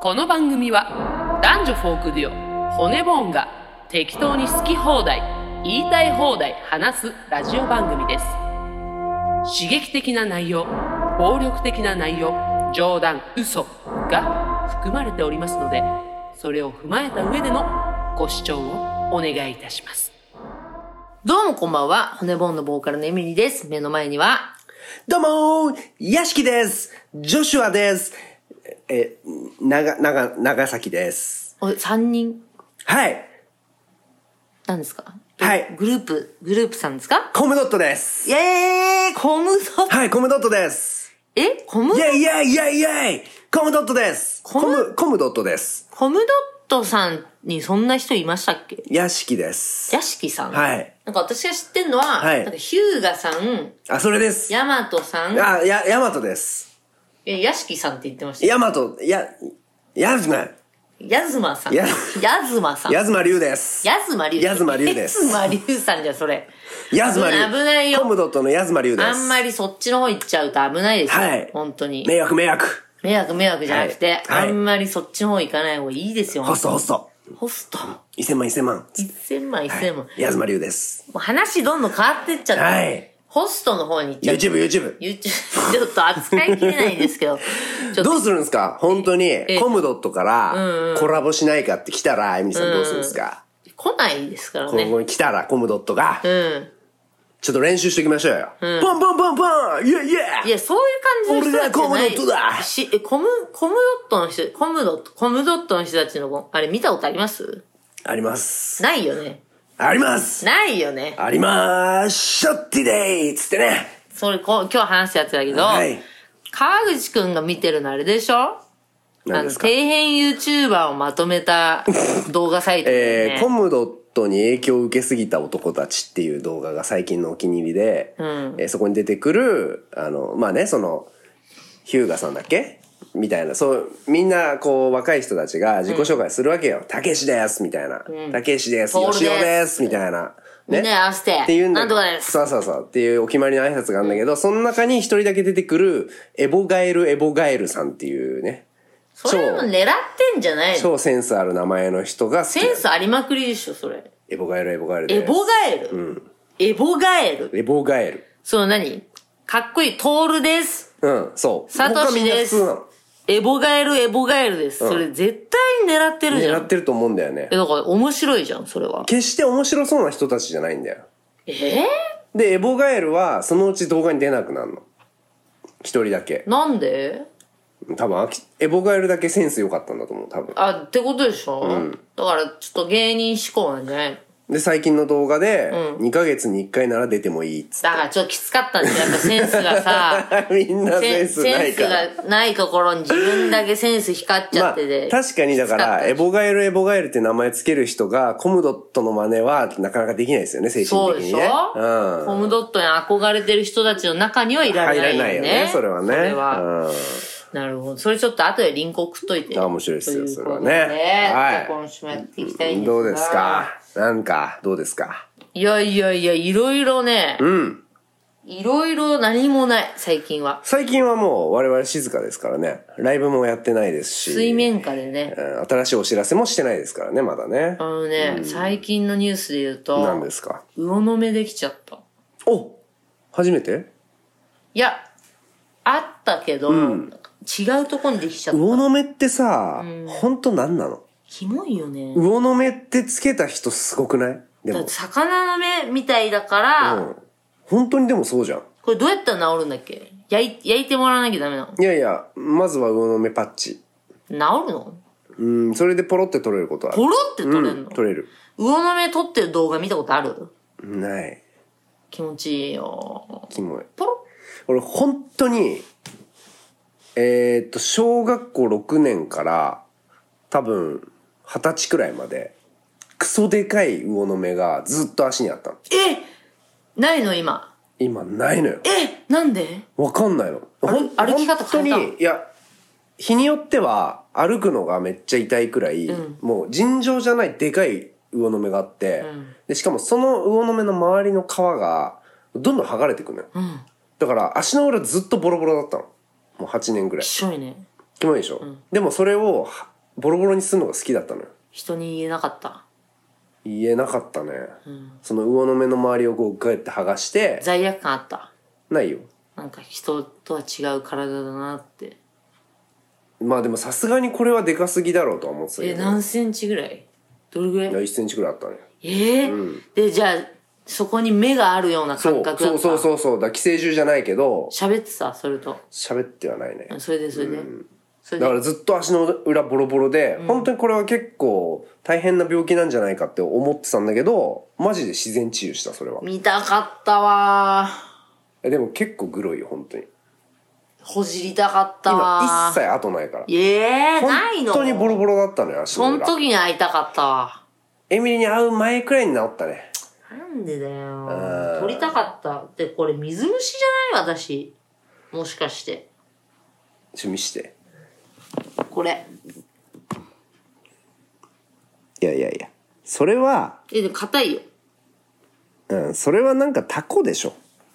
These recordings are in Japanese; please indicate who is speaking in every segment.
Speaker 1: この番組は男女フォークデュオ骨ボーンが適当に好き放題言いたい放題話すラジオ番組です刺激的な内容暴力的な内容冗談嘘が含まれておりますのでそれを踏まえた上でのご視聴をお願いいたします
Speaker 2: どうもこんばんは。骨ボンのボーカルのエミリーです。目の前には、
Speaker 3: どうもー屋敷ですジョシュアですえ、長、長、長崎です。
Speaker 2: お3人、
Speaker 3: はい
Speaker 2: なんですか
Speaker 3: はい
Speaker 2: グループ、グループさんですか
Speaker 3: コムドットです
Speaker 2: イェーイコムドット、
Speaker 3: はい、コムドットです
Speaker 2: えコム
Speaker 3: イ、ェイイェイイェイイェイコムドットです
Speaker 2: コム
Speaker 3: コムドットです
Speaker 2: コムドットさんにそんな人いましたっけ
Speaker 3: 屋敷です。
Speaker 2: 屋敷さん
Speaker 3: はい。
Speaker 2: なんか私が知ってるのは、
Speaker 3: はい
Speaker 2: なんかヒューガさん、
Speaker 3: あ、それです。
Speaker 2: ヤマトさん、
Speaker 3: あ、や、ヤマトです。
Speaker 2: え屋敷さんって言ってましたよ。
Speaker 3: ヤマト、や、ヤズマ、
Speaker 2: ヤズマさん。ヤ
Speaker 3: や
Speaker 2: ズマさん。
Speaker 3: ヤズマリュウです。
Speaker 2: ヤズマリュウ。
Speaker 3: ヤズマリュウです
Speaker 2: ヤズマリュウさんじゃん、それ。
Speaker 3: ヤズマリュウ。
Speaker 2: 危ないよ
Speaker 3: コムドットのヤズマリュウです。
Speaker 2: あんまりそっちの方行っちゃうと危ないですよ。
Speaker 3: はい
Speaker 2: 本当に。
Speaker 3: 迷惑迷惑。
Speaker 2: 迷惑迷惑じゃなくて、
Speaker 3: はいはい
Speaker 2: あんまりそっちの方行かない方がいいですよ。
Speaker 3: ホストホスト。
Speaker 2: ホスト。
Speaker 3: 1000万1000万。
Speaker 2: 1000万、1000万。も
Speaker 3: ヤズマリュウです。
Speaker 2: う話どんどん変わってっちゃって、
Speaker 3: はい
Speaker 2: ホストの方に行っちゃって。
Speaker 3: YouTube、YouTube。
Speaker 2: YouTube ちょっと扱いきれないんですけど、ちょっと
Speaker 3: どうするんですか本当に
Speaker 2: え、
Speaker 3: コムドットからコラボしないかって来たら、エミさんどうするんですか、
Speaker 2: 来ないですから
Speaker 3: こ
Speaker 2: ね。
Speaker 3: こに来たらコムドットが
Speaker 2: う、ん。
Speaker 3: ちょっと練習しておきましょうよ。ポンポンポンポンイェイイ
Speaker 2: い
Speaker 3: ェイ
Speaker 2: や、そういう感じの人たちじゃない。
Speaker 3: 俺がコムドットだ
Speaker 2: し、え、コム、コムドットの人、コムドット、コムドットの人たちの、あれ見たことあります
Speaker 3: あります。
Speaker 2: ないよね。
Speaker 3: あります
Speaker 2: ないよね。
Speaker 3: ありまーしょってでーつってね。
Speaker 2: それ、こう今日話したやつだけど、
Speaker 3: はい。
Speaker 2: 川口くんが見てるのあれでしょあ
Speaker 3: 何
Speaker 2: の、
Speaker 3: ですか
Speaker 2: 底辺 YouTuber をまとめた動画サイトだよね、
Speaker 3: えー、コムドットに影響を受けすぎた男たちっていう動画が最近のお気に入りで、えーそこに出てくる、あの、まあね、その、ヒューガさんだっけみたいな、そう、みんな、こう、若い人たちが自己紹介するわけよ。たけしですみたいな。たけしです
Speaker 2: 徹です
Speaker 3: よしおですみたいな。
Speaker 2: みんなで合わせて
Speaker 3: っていうんだ
Speaker 2: なんとかです
Speaker 3: そうそうそう。っていうお決まりの挨拶があるんだけど、その中に一人だけ出てくる、エボガエル・エボガエルさんっていうね、
Speaker 2: それも狙ってんじゃないの
Speaker 3: 超センスある名前の人が好きな
Speaker 2: センスありまくりでしょ、それ。
Speaker 3: エボガエル・エボガエルです
Speaker 2: エボガエル、エボガエル。
Speaker 3: エボガエル。
Speaker 2: その何かっこいい、トールです。
Speaker 3: うん、そう。
Speaker 2: サトシです
Speaker 3: 他みんな普
Speaker 2: エボガエル、エボガエルです。それ絶対に狙ってる
Speaker 3: 通
Speaker 2: じ
Speaker 3: な
Speaker 2: ゃ
Speaker 3: の。狙っ
Speaker 2: ん。
Speaker 3: てると思うんだよね
Speaker 2: え、。だから面白いじゃん、それは。
Speaker 3: 決して面白そうな人たちじゃないんだよ。
Speaker 2: えー、
Speaker 3: で、エボガエルはそのうち動画に出なくなるの。一人だけ。
Speaker 2: なんで
Speaker 3: 多分飽き、エボガエルだけセンス良かったんだと思う、多分。
Speaker 2: あ、ってことでしょ、だから、ちょっと芸人志向なんじゃないの
Speaker 3: で、最近の動画で、2ヶ月に1回なら出てもいいっつっ
Speaker 2: だからちょっときつかったんじゃんやっぱセンスが さ、
Speaker 3: て。みんなセ
Speaker 2: セ
Speaker 3: ン
Speaker 2: ン
Speaker 3: スないか
Speaker 2: セ
Speaker 3: ら
Speaker 2: ン。スがないところに自分だけセンス光っちゃ
Speaker 3: ま
Speaker 2: っ
Speaker 3: あ
Speaker 2: てて。、
Speaker 3: 確かにだか
Speaker 2: きつった
Speaker 3: ら、
Speaker 2: でし
Speaker 3: エ
Speaker 2: ょ
Speaker 3: ボガエル、エボガエルって名前つける人が、コムドットの真似はなかなかできないですよね、精
Speaker 2: そうで
Speaker 3: 神的に
Speaker 2: し
Speaker 3: ね。
Speaker 2: ょ、
Speaker 3: うん。
Speaker 2: コムドットに憧れてる人たちの中にはいられ
Speaker 3: 入
Speaker 2: な
Speaker 3: ら
Speaker 2: いよね。
Speaker 3: ないよね、それはね。
Speaker 2: それは
Speaker 3: うん
Speaker 2: なるほど。それちょっと後でリンク送っといて。
Speaker 3: あ面白いですよ
Speaker 2: とうこと
Speaker 3: それはねはい
Speaker 2: じゃあ今週もやっていきたいんですが
Speaker 3: どうですかなんか、どうですか
Speaker 2: いやいやいや、いろいろね、
Speaker 3: うん。
Speaker 2: いろいろ何もない、最近は。
Speaker 3: 最近はもう我々静かですからね。ライブもやってないですし。
Speaker 2: 水面下でね。
Speaker 3: うん新しいお知らせもしてないですからね、まだね
Speaker 2: あ。のね、最近のニュースで言うと、
Speaker 3: 何ですか
Speaker 2: 魚の目できちゃった。
Speaker 3: お初めて
Speaker 2: いや、あったけど、違うとこにできちゃった。
Speaker 3: 魚の目ってさ、ほんと何なの
Speaker 2: キモいよね。
Speaker 3: 魚の目ってつけた人すごくないで
Speaker 2: だっ
Speaker 3: も
Speaker 2: て。魚の目みたいだから、
Speaker 3: うん。本当にでもそうじゃん。
Speaker 2: これどうやったら治るんだっけ焼い焼いてもらわなきゃダメない
Speaker 3: やいや、まずは魚の目パッチ。
Speaker 2: の治るの
Speaker 3: うん、それでポロって取れることはある
Speaker 2: ポ。ロって取れる
Speaker 3: う
Speaker 2: の、
Speaker 3: ん、取れる。
Speaker 2: 魚の目取ってる動画見たことある
Speaker 3: ない。
Speaker 2: 気持ちいいよ。
Speaker 3: キモい。
Speaker 2: ポロ
Speaker 3: 俺本当にえーっと小学校6年から多分二十歳くらいまでクソでかい魚の目がずっと足にあったの
Speaker 2: えないの今。
Speaker 3: 今ないのよ
Speaker 2: えなんで
Speaker 3: わかんないのほん
Speaker 2: 歩歩き方変えた
Speaker 3: 本当にいや日によっては歩くのがめっちゃ痛いくらい、もう尋常じゃないでかい魚の目があって、でしかもその魚の目の周りの皮がどんどん剥がれてくのよ、だから足の裏ずっとボロボロだったのもう8年くらい
Speaker 2: きしょいね。
Speaker 3: キモいでしょ、でもそれをはボロボロにするのが好きだったのよ
Speaker 2: 人に言えなかった。
Speaker 3: 言えなかったね、その魚の目の周りをこうグって剥がして
Speaker 2: 罪悪感あった。
Speaker 3: ないよ
Speaker 2: なんか人とは違う体だなって。
Speaker 3: まあでもさすがにこれはでかすぎだろうとは思ってたけ
Speaker 2: え、
Speaker 3: ど
Speaker 2: 何センチぐらいどれぐらい
Speaker 3: いや1センチくらいあったね
Speaker 2: ええで、じゃあ、そこに目があるような
Speaker 3: そ
Speaker 2: 感
Speaker 3: う
Speaker 2: 覚だ
Speaker 3: そ
Speaker 2: った
Speaker 3: うそうそうそうだから寄生獣じゃないけど
Speaker 2: 喋ってた、それと。
Speaker 3: 喋ってはないね
Speaker 2: それで、それで。それ
Speaker 3: だか
Speaker 2: で、
Speaker 3: らずっと足の裏ボロボロで、本当にこれは結構大変な病気なんじゃないかって思ってたんだけどマジで自然治癒したそれは
Speaker 2: 見たかったわ
Speaker 3: えでも結構グロいよ本当に
Speaker 2: ー。ほじりたかったわ
Speaker 3: 今一
Speaker 2: ー。
Speaker 3: 切後ないから
Speaker 2: ええー、ないの
Speaker 3: 本当にボロボロだったのよ足
Speaker 2: そ
Speaker 3: の
Speaker 2: の
Speaker 3: 裏
Speaker 2: 時に会いたかったわ。
Speaker 3: エミリに会う前くらいに治ったね
Speaker 2: なんでだよ
Speaker 3: ー
Speaker 2: ー。撮りたかった。で、これ水虫じゃない私。もしかして。
Speaker 3: ちょ見して
Speaker 2: これ。
Speaker 3: いやいやいやそれは
Speaker 2: え、でも硬いよ。
Speaker 3: うんそれはなんかタコでしょ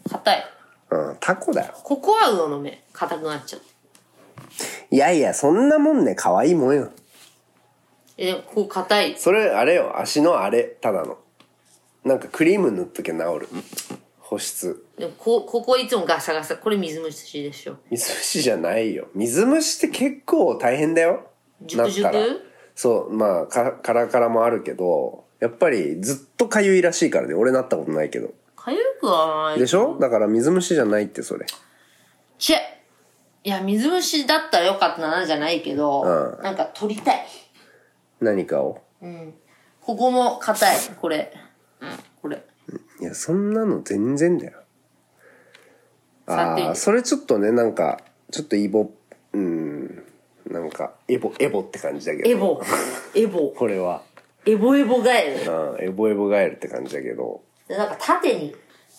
Speaker 2: 硬い。
Speaker 3: うんタコだよ
Speaker 2: ここは魚の目。硬くなっちゃって。
Speaker 3: いやいやそんなもんね可愛いもんよ
Speaker 2: え、でもここ硬い。
Speaker 3: それあれよ足のあれただのなんかクリーム塗っときゃ治る保湿
Speaker 2: でもこ、ここいつもガサガサ。これ水虫でしょ。
Speaker 3: 水虫じゃないよ水虫って結構大変だよ
Speaker 2: 熟々
Speaker 3: なったらそうまあかカラカラもあるけどやっぱりずっとかゆいらしいからね俺なったことないけど
Speaker 2: かゆくはない。
Speaker 3: でしょだから水虫じゃないってそれ
Speaker 2: チェいや、水虫だったらよかったな、じゃないけど、
Speaker 3: う
Speaker 2: なんか取りたい。
Speaker 3: 何かを
Speaker 2: ここも硬い。これ。これ。
Speaker 3: いやそんなの全然だよ
Speaker 2: 触ってみ
Speaker 3: ああ
Speaker 2: て
Speaker 3: それちょっとねなんかちょっとイボうんなんかエボエボって感じだけど
Speaker 2: エボ。エボ。
Speaker 3: これは
Speaker 2: エボエボガエル。
Speaker 3: うんエボエボガエルって感じだけど
Speaker 2: でなんか縦に、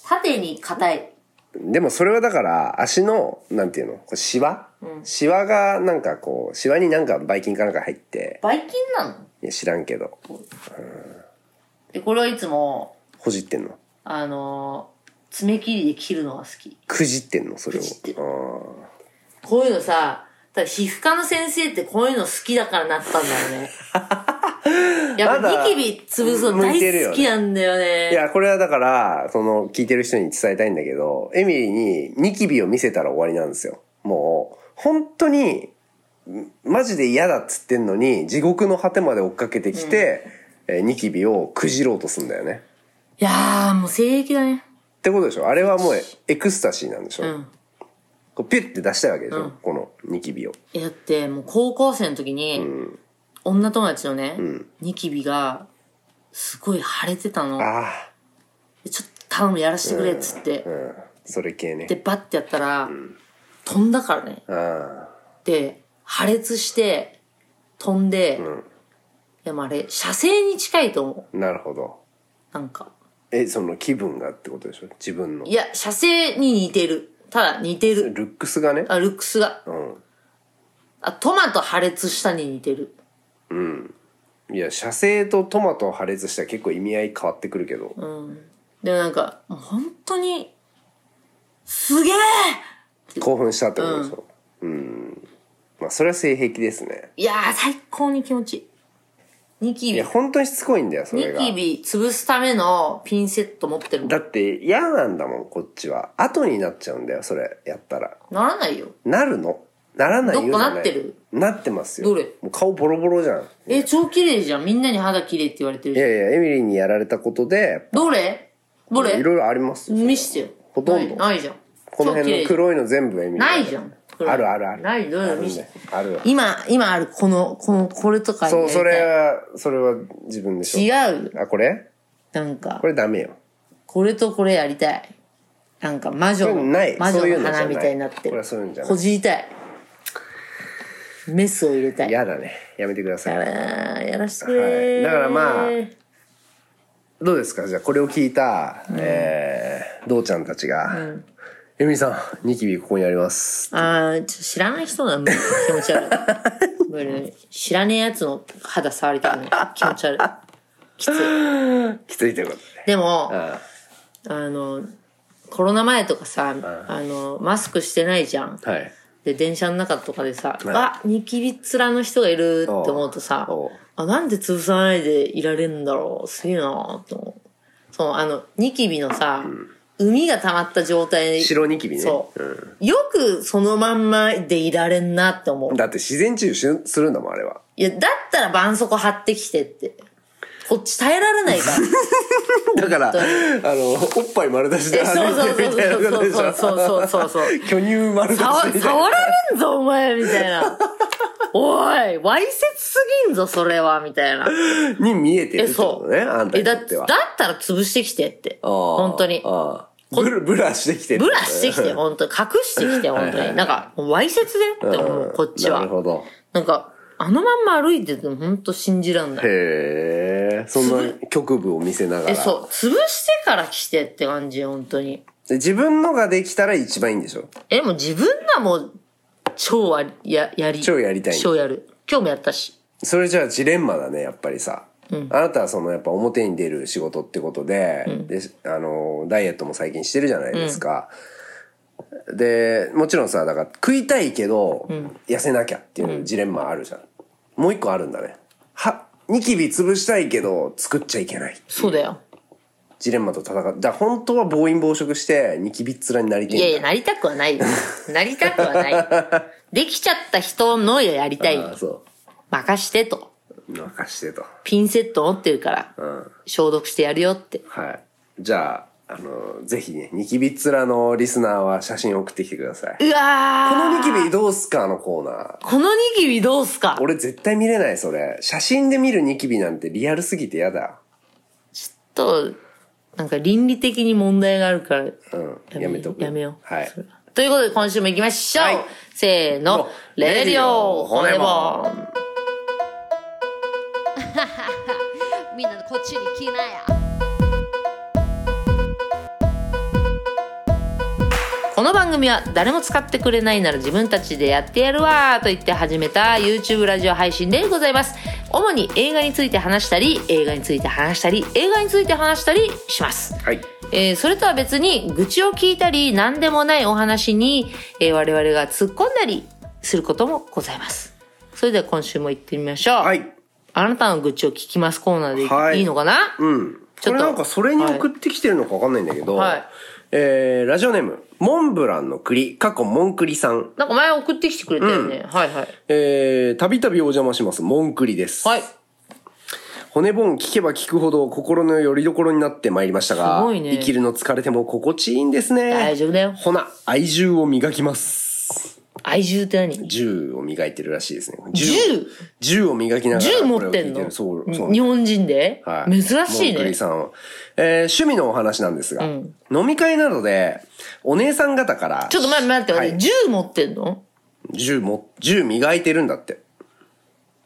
Speaker 2: 縦に硬い。
Speaker 3: でもそれはだから足のなんていうのこうシワ、シワがなんかこうシワになんかばい菌かなんか入って
Speaker 2: ばい菌なの
Speaker 3: いや知らんけど
Speaker 2: で、これはいつも、
Speaker 3: ほじってんの
Speaker 2: あのー爪切りで切るのが好き。
Speaker 3: くじってんのそれを
Speaker 2: くじってる
Speaker 3: あー
Speaker 2: こういうのさ、ただ皮膚科の先生ってこういうの好きだからなったんだよ ね。やっ
Speaker 3: まだ
Speaker 2: ぱニキビ潰すの大好きなんだよね。
Speaker 3: いやこれはだからその聞いてる人に伝えたいんだけどエミリーにニキビを見せたら終わりなんですよもう本当にんマジで嫌だっつってんのに地獄の果てまで追っかけてきて、えーニキビをくじろうとすんだよね
Speaker 2: いやー、もう性癖だね。
Speaker 3: ってことでしょあれはもうエクスタシーなんでしょ、
Speaker 2: うん。
Speaker 3: こうピュッて出したいわけでしょ、このニキビを
Speaker 2: えだって、もう高校生の時に、女友達のね、ニキビが、すごい腫れてたの。
Speaker 3: ああ
Speaker 2: でちょっと頼むやらしてくれっつって。
Speaker 3: うんそれ系ね
Speaker 2: で、バッてやったら、飛んだからね。
Speaker 3: あ
Speaker 2: で、破裂して、飛んで、いやまああれ、射精に近いと思
Speaker 3: あなるほど
Speaker 2: う。なんか。
Speaker 3: えその気分がってことでしょ自分の
Speaker 2: いや、射精に似てる。ただ似てる。
Speaker 3: ルックスがね
Speaker 2: あ、ルックスが。
Speaker 3: う
Speaker 2: あ、トマト破裂したに似てる。
Speaker 3: んいや射精とトマトを破裂したら結構意味合い変わってくるけど、
Speaker 2: でもなんか、もう本当に、すげえ
Speaker 3: 興奮したってことでしょうん、まあそれは性癖ですね
Speaker 2: いやー、最高に気持ちいい。ニキ
Speaker 3: い
Speaker 2: ビ
Speaker 3: や。本当にしつこいんだよそれ
Speaker 2: ニ
Speaker 3: が
Speaker 2: キビ潰すためのピンセット持ってるもん
Speaker 3: だって嫌なんだもんこっちは後になっちゃうんだよそれやったら
Speaker 2: ならないよ。
Speaker 3: なるのならないよ
Speaker 2: どっか
Speaker 3: じゃい
Speaker 2: なってる
Speaker 3: なってますよ
Speaker 2: どれ
Speaker 3: もう顔ボロボロじゃん
Speaker 2: え、超綺麗じゃん。みんなに肌綺麗って言われてる
Speaker 3: い
Speaker 2: じゃん。
Speaker 3: やいやエミリーにやられたことで
Speaker 2: どれどれ
Speaker 3: いろいろありますよ
Speaker 2: 見してよ。
Speaker 3: ほとんど
Speaker 2: ないないじゃん。
Speaker 3: この辺の
Speaker 2: 超綺麗
Speaker 3: 黒いの全部エミリー
Speaker 2: ないじゃん。
Speaker 3: あるあるある
Speaker 2: ない、どう
Speaker 3: あ
Speaker 2: いう
Speaker 3: る
Speaker 2: の
Speaker 3: ん
Speaker 2: 見
Speaker 3: だ
Speaker 2: せ
Speaker 3: よある
Speaker 2: 今、今ある、この、この、これとかやり
Speaker 3: そ
Speaker 2: たい
Speaker 3: うそれはそれは自分でしょ
Speaker 2: 違う。
Speaker 3: あこれ
Speaker 2: なんか
Speaker 3: こ、れダメよ
Speaker 2: これとこれやりたい。なんか、魔
Speaker 3: こ
Speaker 2: 女
Speaker 3: れ
Speaker 2: の、
Speaker 3: ない
Speaker 2: 魔
Speaker 3: そうい
Speaker 2: 女の
Speaker 3: うのじゃ
Speaker 2: 花
Speaker 3: な
Speaker 2: み
Speaker 3: い
Speaker 2: たいになって
Speaker 3: これ
Speaker 2: る
Speaker 3: はそういうんじゃ。ない
Speaker 2: ほじりたい。メスを入れたい。や
Speaker 3: 嫌だねやめてください
Speaker 2: ら、やらしてくれ、
Speaker 3: はいだからまあどうですかじゃあこれを聞いた、えー、どうちゃんたちが、エミリーさんニキビここにあります
Speaker 2: あー、ちょっと知らない人なんだ気持ち悪い無理。知らねえやつの肌触りたくない。気持ち悪い。きつい。
Speaker 3: きついということ
Speaker 2: でも、
Speaker 3: であ
Speaker 2: あの、コロナ前とかさ、あの、マスクしてないじゃん。
Speaker 3: あはい
Speaker 2: で、電車の中とかでさ、
Speaker 3: はい
Speaker 2: あ、ニキビ面の人がいるって思うとさ
Speaker 3: おうおう、
Speaker 2: あ、なんで潰さないでいられるんだろう、すげえなと思う。そう、あの、ニキビのさ、海が溜まった状態で、
Speaker 3: 白ニキビね。
Speaker 2: そう、
Speaker 3: う
Speaker 2: よくそのまんまでいられんなって思う。
Speaker 3: ん。だって自然治癒しするんだもん、あれは。
Speaker 2: いや、だったら絆創膏貼ってきてって。こっち耐えられない から。
Speaker 3: だから、あの、おっぱい丸出しで
Speaker 2: えそう
Speaker 3: 歩
Speaker 2: そう
Speaker 3: いてるみたいなことでしょ。
Speaker 2: そうそうそうそうそうそう
Speaker 3: 巨乳丸出しみ
Speaker 2: 触
Speaker 3: たいな。
Speaker 2: 触られんぞ、お前みたいな。おい、わいせつすぎんぞ、それは、みたいな。
Speaker 3: に見えて
Speaker 2: え、
Speaker 3: るってこ
Speaker 2: そ
Speaker 3: と
Speaker 2: う。
Speaker 3: ね、あんた
Speaker 2: え、
Speaker 3: にと
Speaker 2: だ
Speaker 3: っ
Speaker 2: ってだ
Speaker 3: は
Speaker 2: っ。たら潰してきてって。
Speaker 3: あー
Speaker 2: 本当に。
Speaker 3: あーブラブラしてきてる
Speaker 2: ブラしてきて、
Speaker 3: うん
Speaker 2: 本当に。隠してきて、本
Speaker 3: はい
Speaker 2: 当
Speaker 3: はい
Speaker 2: に。
Speaker 3: はい
Speaker 2: なんか、わいせつだよって思う、こっち
Speaker 3: なる
Speaker 2: は。
Speaker 3: ほど。
Speaker 2: なんか、あのまんま歩いてても本当信じらんない。
Speaker 3: へえ。そんな局部を見せながら。
Speaker 2: え、そう。潰してから来てって感じ、本当に。
Speaker 3: で自分のができたら一番いいんでしょ
Speaker 2: え、もう自分らも、超はや、やり。
Speaker 3: 超やりたい
Speaker 2: 超やる。今日もやったし。
Speaker 3: それじゃあジレンマだねやっぱりさ、あなたはそのやっぱ表に出る仕事ってことで,、であのダイエットも最近してるじゃないですか、でもちろんさだから食いたいけど、痩せなきゃっていうジレンマあるじゃん、もう一個あるんだねはニキビ潰したいけど作っちゃいけない
Speaker 2: そうだよ。
Speaker 3: ジレンマと戦うだから本当は暴飲暴食してニキビっ面になりてえ
Speaker 2: い
Speaker 3: んだ
Speaker 2: やいや、なりたくはないよ。なりたくは ない。できちゃった人のやりたい。
Speaker 3: ああそ
Speaker 2: 任してと。
Speaker 3: う任してと
Speaker 2: ピンセット持ってるから、
Speaker 3: うん
Speaker 2: 消毒してやるよって。
Speaker 3: はい。じゃあ、あの、ぜひね、ニキビっ面のリスナーは写真送ってきてください。
Speaker 2: うわ
Speaker 3: こ
Speaker 2: ー
Speaker 3: のニキビどうすかのコーナー。
Speaker 2: このニキビどうすか
Speaker 3: 俺絶対見れない、それ。写真で見るニキビなんてリアルすぎてやだ。
Speaker 2: と、なんか倫理的に問題があるから、
Speaker 3: うん。やめとく。
Speaker 2: やめよう。
Speaker 3: はい
Speaker 2: そ。れはということで今週も行きましょう、
Speaker 3: はい
Speaker 2: せーの
Speaker 3: の、
Speaker 2: レディオ
Speaker 3: レ
Speaker 2: 骨
Speaker 3: ディオ骨
Speaker 2: も
Speaker 3: も
Speaker 4: みんなこっちに来なや
Speaker 2: この番組は誰も使ってくれないなら自分たちでやってやるわーと言って始めた YouTube ラジオ配信でございます主に映画について話したり映画について話したり映画について話したりします
Speaker 3: はい。
Speaker 2: えーそれとは別に愚痴を聞いたり何でもないお話に、えー我々が突っ込んだりすることもございますそれでは今週も行ってみましょう、
Speaker 3: はい。
Speaker 2: あなたの愚痴を聞きますコーナーでい,、
Speaker 3: はい
Speaker 2: い、のかな、
Speaker 3: うん。
Speaker 2: ち
Speaker 3: こ
Speaker 2: ょっと
Speaker 3: れなんかそれに送ってきてるのかわかんないんだけど、
Speaker 2: はい
Speaker 3: えー、ラジオネーム、モンブランの栗、過去モンクリさん。
Speaker 2: なんか前送ってきてくれたよね、はいはい
Speaker 3: えー、たびたびお邪魔します、モンクリです。
Speaker 2: はい
Speaker 3: 骨盆聞けば聞くほど心の拠り所になってまいりましたが、
Speaker 2: すごいね
Speaker 3: 生きるの疲れても心地いいんですね。
Speaker 2: 大丈夫だよ
Speaker 3: ほな、愛獣を磨きます。
Speaker 2: 愛獣って何
Speaker 3: 銃を磨いてるらしいですね。
Speaker 2: 銃
Speaker 3: 銃を磨きながら
Speaker 2: 銃
Speaker 3: こ
Speaker 2: 持
Speaker 3: れを聞
Speaker 2: っ
Speaker 3: い
Speaker 2: て
Speaker 3: る。
Speaker 2: んの
Speaker 3: そう、
Speaker 2: に
Speaker 3: そう。
Speaker 2: 日本人で、
Speaker 3: は
Speaker 2: 珍
Speaker 3: い、
Speaker 2: しい
Speaker 3: モンク
Speaker 2: ね
Speaker 3: リ。さんは、えー趣味のお話なんですが、
Speaker 2: ん
Speaker 3: 飲み会などで、お姉さん方から、
Speaker 2: ちょっと待って待って、
Speaker 3: は
Speaker 2: 待
Speaker 3: い
Speaker 2: って銃持ってんの
Speaker 3: 銃も、銃磨いてるんだって。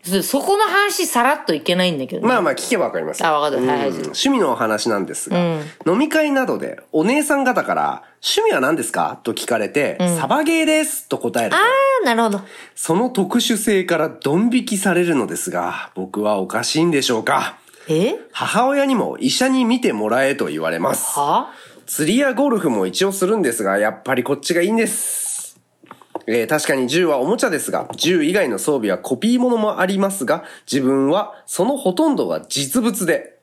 Speaker 2: そそこの話さらっといけないんだけど、ね。
Speaker 3: まあまあ聞けばわかります。
Speaker 2: あわかるはいはい
Speaker 3: うん趣味のお話なんですが、飲み会などでお姉さん方から、趣味は何ですかと聞かれて、サバゲーですと答えると、
Speaker 2: あー、なるほど。
Speaker 3: その特殊性からドン引きされるのですが、僕はおかしいんでしょうか
Speaker 2: え
Speaker 3: 母親にも医者に見てもらえと言われます。
Speaker 2: は
Speaker 3: 釣りやゴルフも一応するんですが、やっぱりこっちがいいんです。えー確かに銃はおもちゃですが、銃以外の装備はコピーものもありますが、自分はそのほとんどが実物で。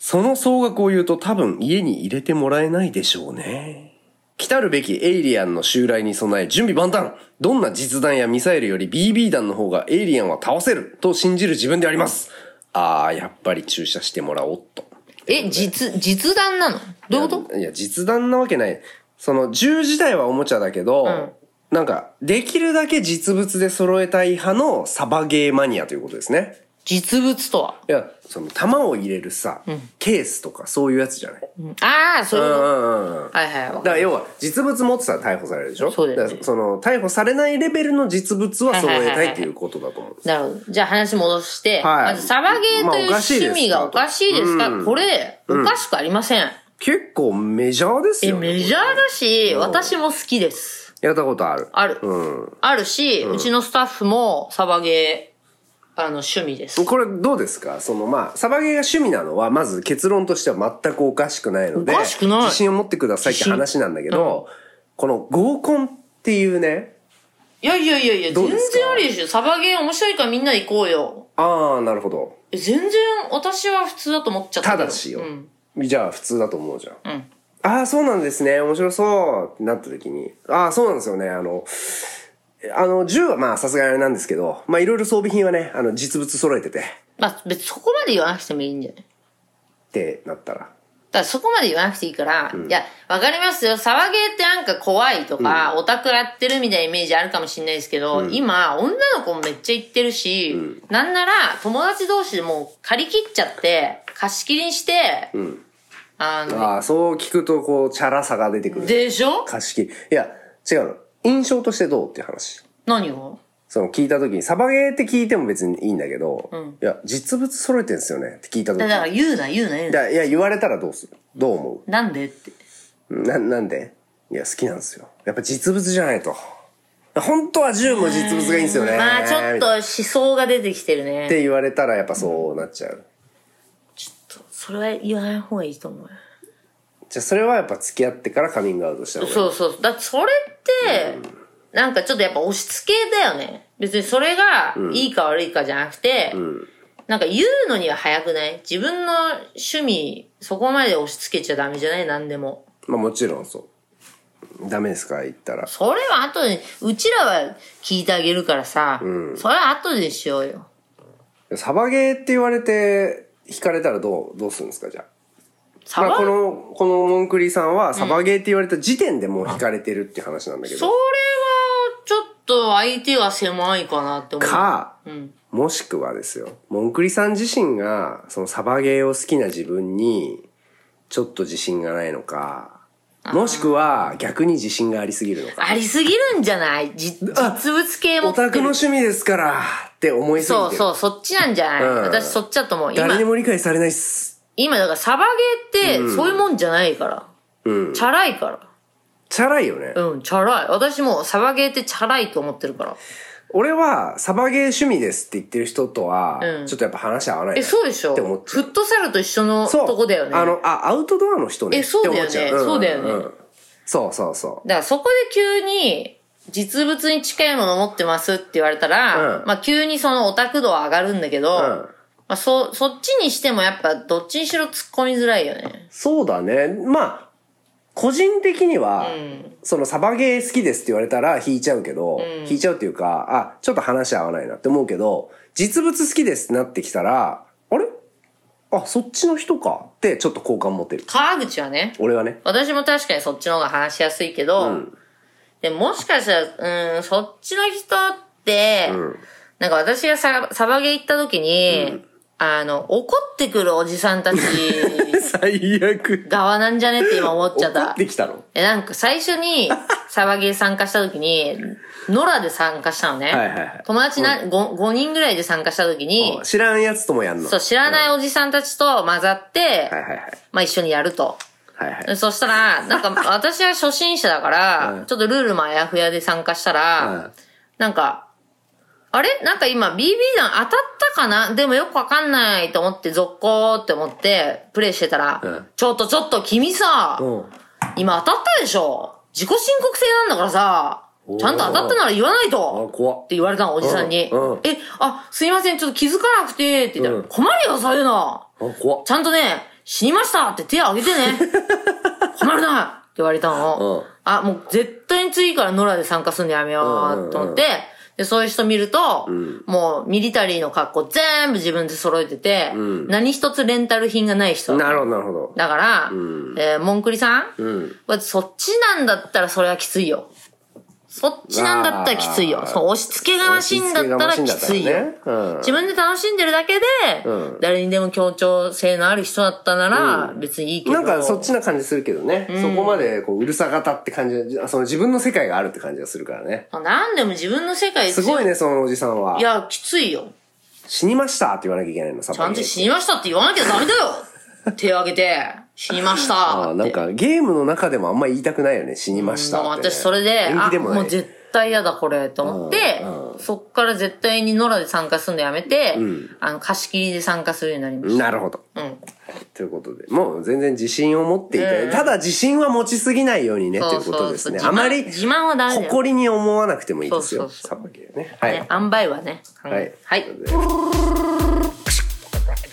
Speaker 3: その総額を言うと多分家に入れてもらえないでしょうね。来たるべきエイリアンの襲来に備え準備万端どんな実弾やミサイルより BB 弾の方がエイリアンは倒せると信じる自分であります。あー、やっぱり注射してもらおうっと。
Speaker 2: え、実、実弾なのどういうこと
Speaker 3: いやいや、実弾なわけない。その、銃自体はおもちゃだけど、なんか、できるだけ実物で揃えたい派のサバゲーマニアということですね。
Speaker 2: 実物とは。
Speaker 3: いや、その、弾を入れるさ、ケースとかそういうやつじゃない。うん
Speaker 2: ああ、そういう
Speaker 3: う
Speaker 2: こ
Speaker 3: んうんうん。
Speaker 2: と。はいはいわ
Speaker 3: だか
Speaker 2: かる
Speaker 3: ら要は実物持ってたら逮捕されるでしょ
Speaker 2: そうだよね
Speaker 3: からその逮捕されないレベルの実物は揃え
Speaker 2: はいはいは
Speaker 3: た
Speaker 2: い
Speaker 3: い
Speaker 2: はい
Speaker 3: っていうことだと思う。
Speaker 2: なるほど。じゃあ話戻して、
Speaker 3: はい
Speaker 2: まずサバゲーという
Speaker 3: まあおかしいです
Speaker 2: 趣味がおかしいですか、
Speaker 3: うん
Speaker 2: これ、おかしくありません。
Speaker 3: 結構メジャーです
Speaker 2: え、
Speaker 3: よ、ね。
Speaker 2: メジャーだし、
Speaker 3: うん
Speaker 2: 私も好きです。
Speaker 3: やったことある。
Speaker 2: ある。
Speaker 3: う
Speaker 2: あるし、うちのスタッフもサバゲー、あの、趣味です。
Speaker 3: これどうですかそのまあ、サバゲーが趣味なのは、まず結論としては全くおかしくないので、
Speaker 2: おかしくない
Speaker 3: 自信を持ってくださいって話なんだけど、この合コンっていうね、
Speaker 2: いやいやいやいや、
Speaker 3: ど
Speaker 2: 全
Speaker 3: うですか
Speaker 2: 然ありでしょ。サバゲー面白いからみんなで行こうよ。
Speaker 3: ああ、なるほど。
Speaker 2: え全然私は普通だと思っちゃったけど。
Speaker 3: ただしよ。
Speaker 2: うん。
Speaker 3: じゃあ普通だと思うじゃん。
Speaker 2: うん
Speaker 3: ああ、そうなんですね。面白そうってなった時に。ああ、そうなんですよね。あの、あの、銃はまあさすがにあれなんですけど、まあいろいろ装備品はね、あの、実物揃えてて、っ
Speaker 2: まあ別にそこまで言わなくてもいいんじゃない
Speaker 3: てなったら。
Speaker 2: だからそこまで言わなくていいから、いや、わかりますよ。サバゲーってなんか怖いとか、オタクやってるみたいなイメージあるかもしれないですけど、今、女の子もめっちゃ行ってるし、なんなら友達同士でもう借り切っちゃって、貸し切りにして、あの、
Speaker 3: ああ、そう聞くとこう、チャラさが出てくる。
Speaker 2: でしょ
Speaker 3: 貸し切り。いや、違うの。印象としてどうっていう話。
Speaker 2: 何を
Speaker 3: その聞いた時に、サバゲーって聞いても別にいいんだけど、いや、実物揃えてんすよねって聞いた時
Speaker 2: だ
Speaker 3: に。
Speaker 2: だから言うな、言うな、言う
Speaker 3: い
Speaker 2: な。
Speaker 3: や、いや言われたらどうするどう思
Speaker 2: なんでって。
Speaker 3: うな、なんでいや、好きなんですよ。やっぱ実物じゃないと。本当は銃も実物がいいんですよね。
Speaker 2: まあちょっ
Speaker 3: み
Speaker 2: と
Speaker 3: たいなっ
Speaker 2: 思想が出てきてるね。
Speaker 3: て言われたらやっぱそうなっちゃう。
Speaker 2: それは言わない方がいいと思うよ。
Speaker 3: じゃあそれはやっぱ付き合ってからカミングアウトした方がいい。
Speaker 2: そうそう。だってそれって、なんかちょっとやっぱ押し付けだよね。別にそれがいいか悪いかじゃなくて、なんか言うのには早くない自分の趣味、そこまで押し付けちゃダメじゃない何でも。
Speaker 3: まあもちろんそう。ダメですか言ったら。
Speaker 2: それは後で、うちらは聞いてあげるからさ、それは後でしようよ。
Speaker 3: サバゲーって言われて、引かれたらどう、どうするんですかじゃあ。
Speaker 2: サ
Speaker 3: まあ
Speaker 2: バ
Speaker 3: この、このモンクリさんはサバゲーって言われた時点でもう引かれてるっていう話なんだけ
Speaker 2: それ
Speaker 3: ど。
Speaker 2: はちょっと相手が狭いかなって思う。
Speaker 3: か、もしくはですよ、モンクリさん自身が、そのサバゲーを好きな自分に、ちょっと自信がないのか、もしくは逆に自信がありすぎるのか。
Speaker 2: ありすぎるんじゃないじ実物系持
Speaker 3: オ
Speaker 2: ってる
Speaker 3: タクの趣味ですからって思いすぎてる
Speaker 2: そうそう、そっちなんじゃない、
Speaker 3: うん
Speaker 2: 私そっちだと思う。今
Speaker 3: 誰に、も理解されないっす。
Speaker 2: 今だからサバゲーってそういうもんじゃないから。
Speaker 3: うん。
Speaker 2: チャラいから。
Speaker 3: チャラいよね。
Speaker 2: うん、チャラい。私もうサバゲーってチャラいと思ってるから。
Speaker 3: 俺はサバゲー趣味ですって言ってる人とは
Speaker 2: う、ん
Speaker 3: ちょっとやっぱ話合わないな。
Speaker 2: え、そうでしょ
Speaker 3: って
Speaker 2: フ
Speaker 3: 思っちゃう
Speaker 2: ットサルと一緒の
Speaker 3: そう。
Speaker 2: とこだよね。
Speaker 3: あの、あ、アウトドアの人ね。
Speaker 2: えそうだよね
Speaker 3: って思っちゃ
Speaker 2: そうだよね
Speaker 3: んそうそうそう。
Speaker 2: だからそこで急に、実物に近いもの持ってますって言われたら、
Speaker 3: うん
Speaker 2: まあ急にそのオタク度は上がるんだけど、
Speaker 3: うん
Speaker 2: まあそ、そっちにしてもやっぱどっちにしろ突っ込みづらいよね。
Speaker 3: そうだね。まあ、個人的には、そのサバゲー好きですって言われたら引いちゃうけど、引いちゃうっていうか、あ、ちょっと話合わないなって思うけど、実物好きですってなってきたら、あれあ、そっちの人かってちょっと好感持てる。
Speaker 2: 川口はね、
Speaker 3: 俺はね。
Speaker 2: 私も確かにそっちの方が話しやすいけど、
Speaker 3: ん
Speaker 2: でももしかしたら、うん、そっちの人って、なんか私がササバゲー行った時に、あの、怒ってくるおじさんたち
Speaker 3: 最悪。
Speaker 2: 側なんじゃねって今思っちゃっ
Speaker 3: 怒
Speaker 2: た
Speaker 3: っ。てきたの
Speaker 2: え、なんか最初にサバゲー参加した時に、野良で参加したのね。
Speaker 3: はいはいはい
Speaker 2: 友達な、5, 人ぐらいで参加した時に、
Speaker 3: 知らんやつともやんの。
Speaker 2: そう、知らないおじさんたちと混ざって、
Speaker 3: はいはいはい。
Speaker 2: まあ一緒にやると。
Speaker 3: はいはい。
Speaker 2: でそしたら、なんか 私は初心者だから、
Speaker 3: うん
Speaker 2: ちょっとルールもあやふやで参加したら、
Speaker 3: うん
Speaker 2: なんか、あれなんか今 BB 弾当たったかなでもよくわかんないと思って続行って思ってプレイしてたら、
Speaker 3: うん
Speaker 2: ちょっとちょっと君さ、
Speaker 3: うん。
Speaker 2: 今当たったでしょ自己申告制なんだからさ、ちゃんと当たったなら言わない
Speaker 3: あ、
Speaker 2: と
Speaker 3: 怖
Speaker 2: っ。て言われたの、おじさんに。
Speaker 3: うんうん
Speaker 2: え、あ、すいません、ちょっと気づかなくて、って言ったら、
Speaker 3: うん
Speaker 2: 困るよ、そういうの
Speaker 3: あ、怖
Speaker 2: ち。ゃんとね、死にましたって手を挙げて ね。困るなって言われたの。
Speaker 3: うん
Speaker 2: あ、もう絶対に次から野良で参加するのやめようと思って、で、そういう人見ると、もうミリタリーの格好全部自分で揃えてて、何一つレンタル品がない人。
Speaker 3: なるほどなるほど。
Speaker 2: だから、えーモンクリさん、
Speaker 3: ん
Speaker 2: まあそっちなんだったらそれはきついよ。そっちなんだったらきついよ。
Speaker 3: あー
Speaker 2: そう、押し付けがましいんだったらきついよ。
Speaker 3: 押し付けがましいんだったらねうん
Speaker 2: 自分で楽しんでるだけで、
Speaker 3: ん
Speaker 2: 誰にでも協調性のある人だったなら、別にいいけど。
Speaker 3: なんかそっちな感じするけどね。そこまでこううるさ型って感じその自分の世界があるって感じがするからね。
Speaker 2: なんでも自分の世界です。
Speaker 3: ごい。ね、そのおじさんはい
Speaker 2: や、きついよ。
Speaker 3: 死にましたって言わなきゃいけないの、サ
Speaker 2: ちゃ
Speaker 3: バ
Speaker 2: んと
Speaker 3: ゲー。
Speaker 2: 死にましたって言わなきゃダメだ よ。手を挙げて、死にましたって。
Speaker 3: ああなんかゲームの中でもあんま言いたくないよね、死にました
Speaker 2: もう
Speaker 3: って、ね。
Speaker 2: 私それで、
Speaker 3: 演技
Speaker 2: あ、
Speaker 3: でも
Speaker 2: も
Speaker 3: な
Speaker 2: う
Speaker 3: い。
Speaker 2: 絶対嫌だこれと思って、
Speaker 3: うんうん
Speaker 2: そっから絶対に野良で参加するのやめて、
Speaker 3: うん
Speaker 2: あの貸し切りで参加するようになりまし
Speaker 3: なるほど。
Speaker 2: た。うん。
Speaker 3: ということで、もう全然自信を持っていて、
Speaker 2: うん
Speaker 3: ただ自信は持ちすぎないようにね、と
Speaker 2: そ
Speaker 3: いうう
Speaker 2: そ
Speaker 3: こ
Speaker 2: うそう
Speaker 3: とですね。
Speaker 2: 自慢
Speaker 3: あまり、
Speaker 2: 自慢はダメだよ
Speaker 3: 誇りに思わなくてもいいです
Speaker 2: そ
Speaker 3: よ。
Speaker 2: うそ
Speaker 3: さ
Speaker 2: う
Speaker 3: ばきはね。はい。
Speaker 2: ね、塩梅はね。
Speaker 3: はい。
Speaker 2: はい。
Speaker 4: もしもしもしもーし
Speaker 5: あ、もしももしもーしもし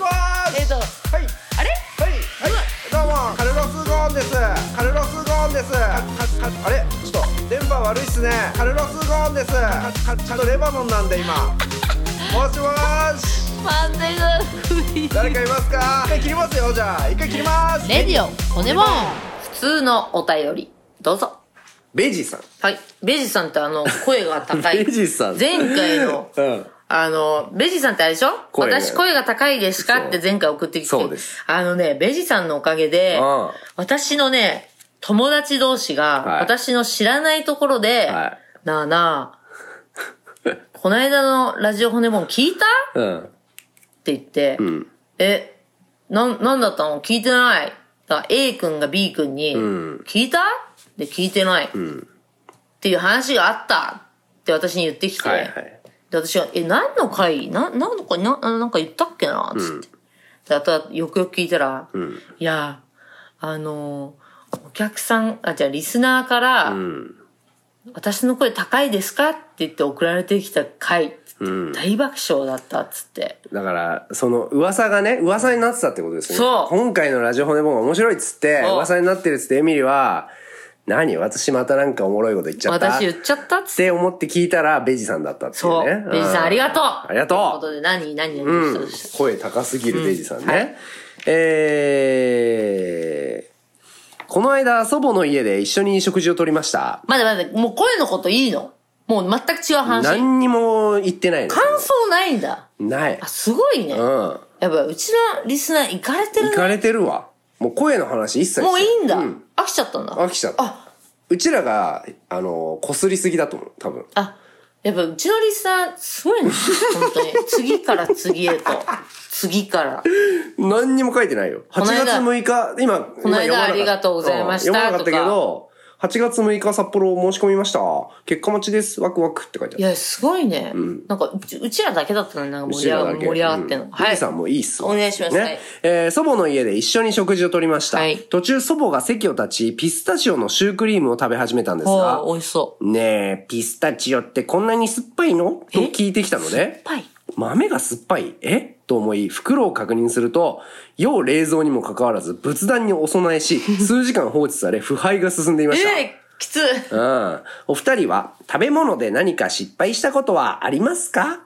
Speaker 5: もーし
Speaker 4: えっと
Speaker 5: はい
Speaker 4: あれ
Speaker 5: はいはいどうもカルロス・ゴーンですカルロス・ゴーンですかかかあれちょっと電波悪いっすねカルロス・ゴーンですかかちょっとレバノンなんで今もしもーし
Speaker 4: 漫才が古い
Speaker 5: 誰かいますか一回切りますよじゃあ一回切ります
Speaker 4: レディオ骨もん
Speaker 2: 普通のお便り、どうぞ。
Speaker 3: ベジさん。
Speaker 2: はい。ベジさんってあの、声が高い。
Speaker 3: ベジさん
Speaker 2: 前回の、
Speaker 3: うん。
Speaker 2: あの、ベジさんってあれでしょ
Speaker 3: 声が
Speaker 2: 私声が高いですか
Speaker 3: そう
Speaker 2: って前回送ってきて。
Speaker 3: そうです
Speaker 2: あのね、ベジさんのおかげで
Speaker 3: うん、
Speaker 2: 私のね、友達同士が、
Speaker 3: はい
Speaker 2: 私の知らないところで、
Speaker 3: はい
Speaker 2: なあなあ、この間のラジオ骨も聞いた
Speaker 3: うん。
Speaker 2: って言って、え、なん、なんだったの聞いてない。だから A 君が B 君に、聞いたで聞いてない、っていう話があったって私に言ってきて、
Speaker 3: はいはい。
Speaker 2: で、私が、え、何の回な、何の回な、あなんか言ったっけなつって。で、あとは、よくよく聞いたら、いや、あのーお客さん、あ、じゃあリスナーから、私の声高いですかって言って送られてきた回、つって大爆笑だった、っつって。
Speaker 3: だから、その噂がね、噂になってたってことですね。
Speaker 2: そう
Speaker 3: 今回のラジオ骨本が面白いっつって、
Speaker 2: そう
Speaker 3: 噂になってるっつって、エミリは、何私またなんかおもろいこと言っちゃった。
Speaker 2: 私言
Speaker 3: っ
Speaker 2: っちゃったっつって。
Speaker 3: て思って聞いたら、ベジさんだったっていう
Speaker 2: そう。
Speaker 3: ね。
Speaker 2: ベジさんありがとう
Speaker 3: ありがとう
Speaker 2: ということで、何、何、何、
Speaker 3: う
Speaker 2: ど
Speaker 3: ん
Speaker 2: うした、
Speaker 3: 声高すぎるデイジさんね。
Speaker 2: はい
Speaker 3: えー、この間、祖母の家で一緒に食事をとりました。
Speaker 2: まだまだ、もう声のこといいのもう全く違う話。感
Speaker 3: 何にも言ってないの。
Speaker 2: 想ないんだ。
Speaker 3: ない
Speaker 2: あ、。すごいね。
Speaker 3: うん。
Speaker 2: やっぱ、うちのリスナー、行かれてる
Speaker 3: 行
Speaker 2: な
Speaker 3: かれてるわ。もう声の話一切してな
Speaker 2: もういいんだ、
Speaker 3: うん
Speaker 2: 飽きちゃったんだ。
Speaker 3: 飽きちゃった
Speaker 2: あ、
Speaker 3: うちらが、あの、こすりすぎだと思う。多分。
Speaker 2: あ、やっぱ、うちのリスナー、すごいね。本当に。次から次へと。次から。
Speaker 3: 何にも書いてないよ。8
Speaker 2: の間
Speaker 3: 月6日、今、こ
Speaker 2: の間ありがとうございました
Speaker 3: 読まなかったけど、8月6日札幌申し込みました。結果待ちです。ワクワクって書いてある
Speaker 2: い。や、すごいね。なんかうち、うちらだけだったのになんか盛り上が盛り上がってんの。
Speaker 3: うん
Speaker 2: は
Speaker 3: ゆ
Speaker 2: い。
Speaker 3: りさんもいいっすわ
Speaker 2: お願いしますはい
Speaker 3: ね。えー祖母の家で一緒に食事をとりました
Speaker 2: はい。
Speaker 3: 途中祖母が席を立ち、ピスタチオのシュークリームを食べ始めたんですが
Speaker 2: お、ー美味しそう。
Speaker 3: ねえ、ピスタチオってこんなに酸っぱいの
Speaker 2: え
Speaker 3: と聞いてきたので、
Speaker 2: パイ。
Speaker 3: 豆が酸っぱいえと思い、袋を確認すると、要冷蔵にもかかわらず、仏壇にお供え し、数時間放置され、腐敗が進んでいました。
Speaker 2: えー、きつい。
Speaker 3: うん。お二人は、食べ物で何か失敗したことはありますか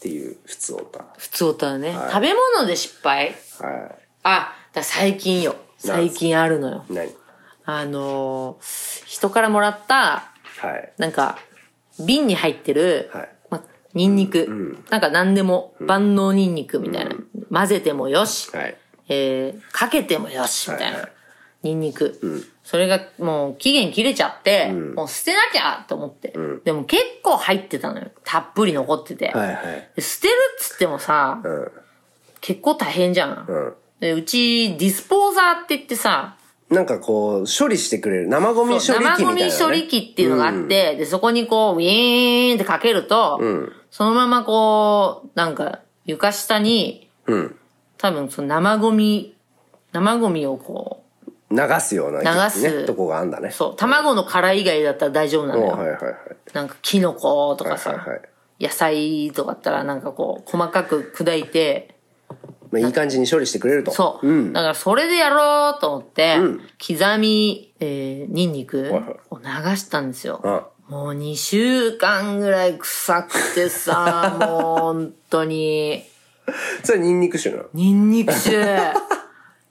Speaker 3: っていう、普通オタ。
Speaker 2: 普通歌だね、
Speaker 3: はい
Speaker 2: 食べ物で失敗
Speaker 3: は
Speaker 2: あ、だ最近よ。最近あるのよ。
Speaker 3: い。何
Speaker 2: あのー人からもらった、
Speaker 3: はい。
Speaker 2: なんか、瓶に入ってる、
Speaker 3: はい
Speaker 2: ま、ニンニク、なんか何でも、万能ニンニクみたいな。混ぜてもよし、
Speaker 3: はい。
Speaker 2: えーかけてもよし、みたいな。
Speaker 3: はいはい
Speaker 2: ニンニク、それがもう期限切れちゃって、もう捨てなきゃと思って、でも結構入ってたのよ。たっぷり残ってて。
Speaker 3: はいはい。
Speaker 2: で捨てるっつってもさ、
Speaker 3: ん
Speaker 2: 結構大変じゃん、
Speaker 3: うん
Speaker 2: でうちディスポーザーって言ってさ
Speaker 3: なんかこう、処理してくれる。生ゴミ処理機みたいな、ね。
Speaker 2: 生ゴミ処理機っていうのがあって、でそこにこうウィーンってかけると、そのままこうなんか床下に
Speaker 3: うん。
Speaker 2: 多分その生ゴミ生ゴミをこ
Speaker 3: 流すような、
Speaker 2: 流す
Speaker 3: ね、とこがあんだね。
Speaker 2: うそう卵の殻以外だったら大丈夫な
Speaker 3: お
Speaker 2: の
Speaker 3: う
Speaker 2: よ、
Speaker 3: はいはいはい。
Speaker 2: なんかキノコとかさ、
Speaker 3: はいはいはい
Speaker 2: 野菜とかだったらなんかこう細かく砕いて
Speaker 3: まあ、いい感じに処理してくれると。
Speaker 2: そう。
Speaker 3: うん。
Speaker 2: だからそれでやろうと思って、刻み、えー、ニンニク
Speaker 3: はいはい
Speaker 2: を流したんですよ。
Speaker 3: うん
Speaker 2: もう2週間ぐらい臭くてさ、 もう本当に。
Speaker 3: それニンニク種なの。
Speaker 2: ニンニク 臭。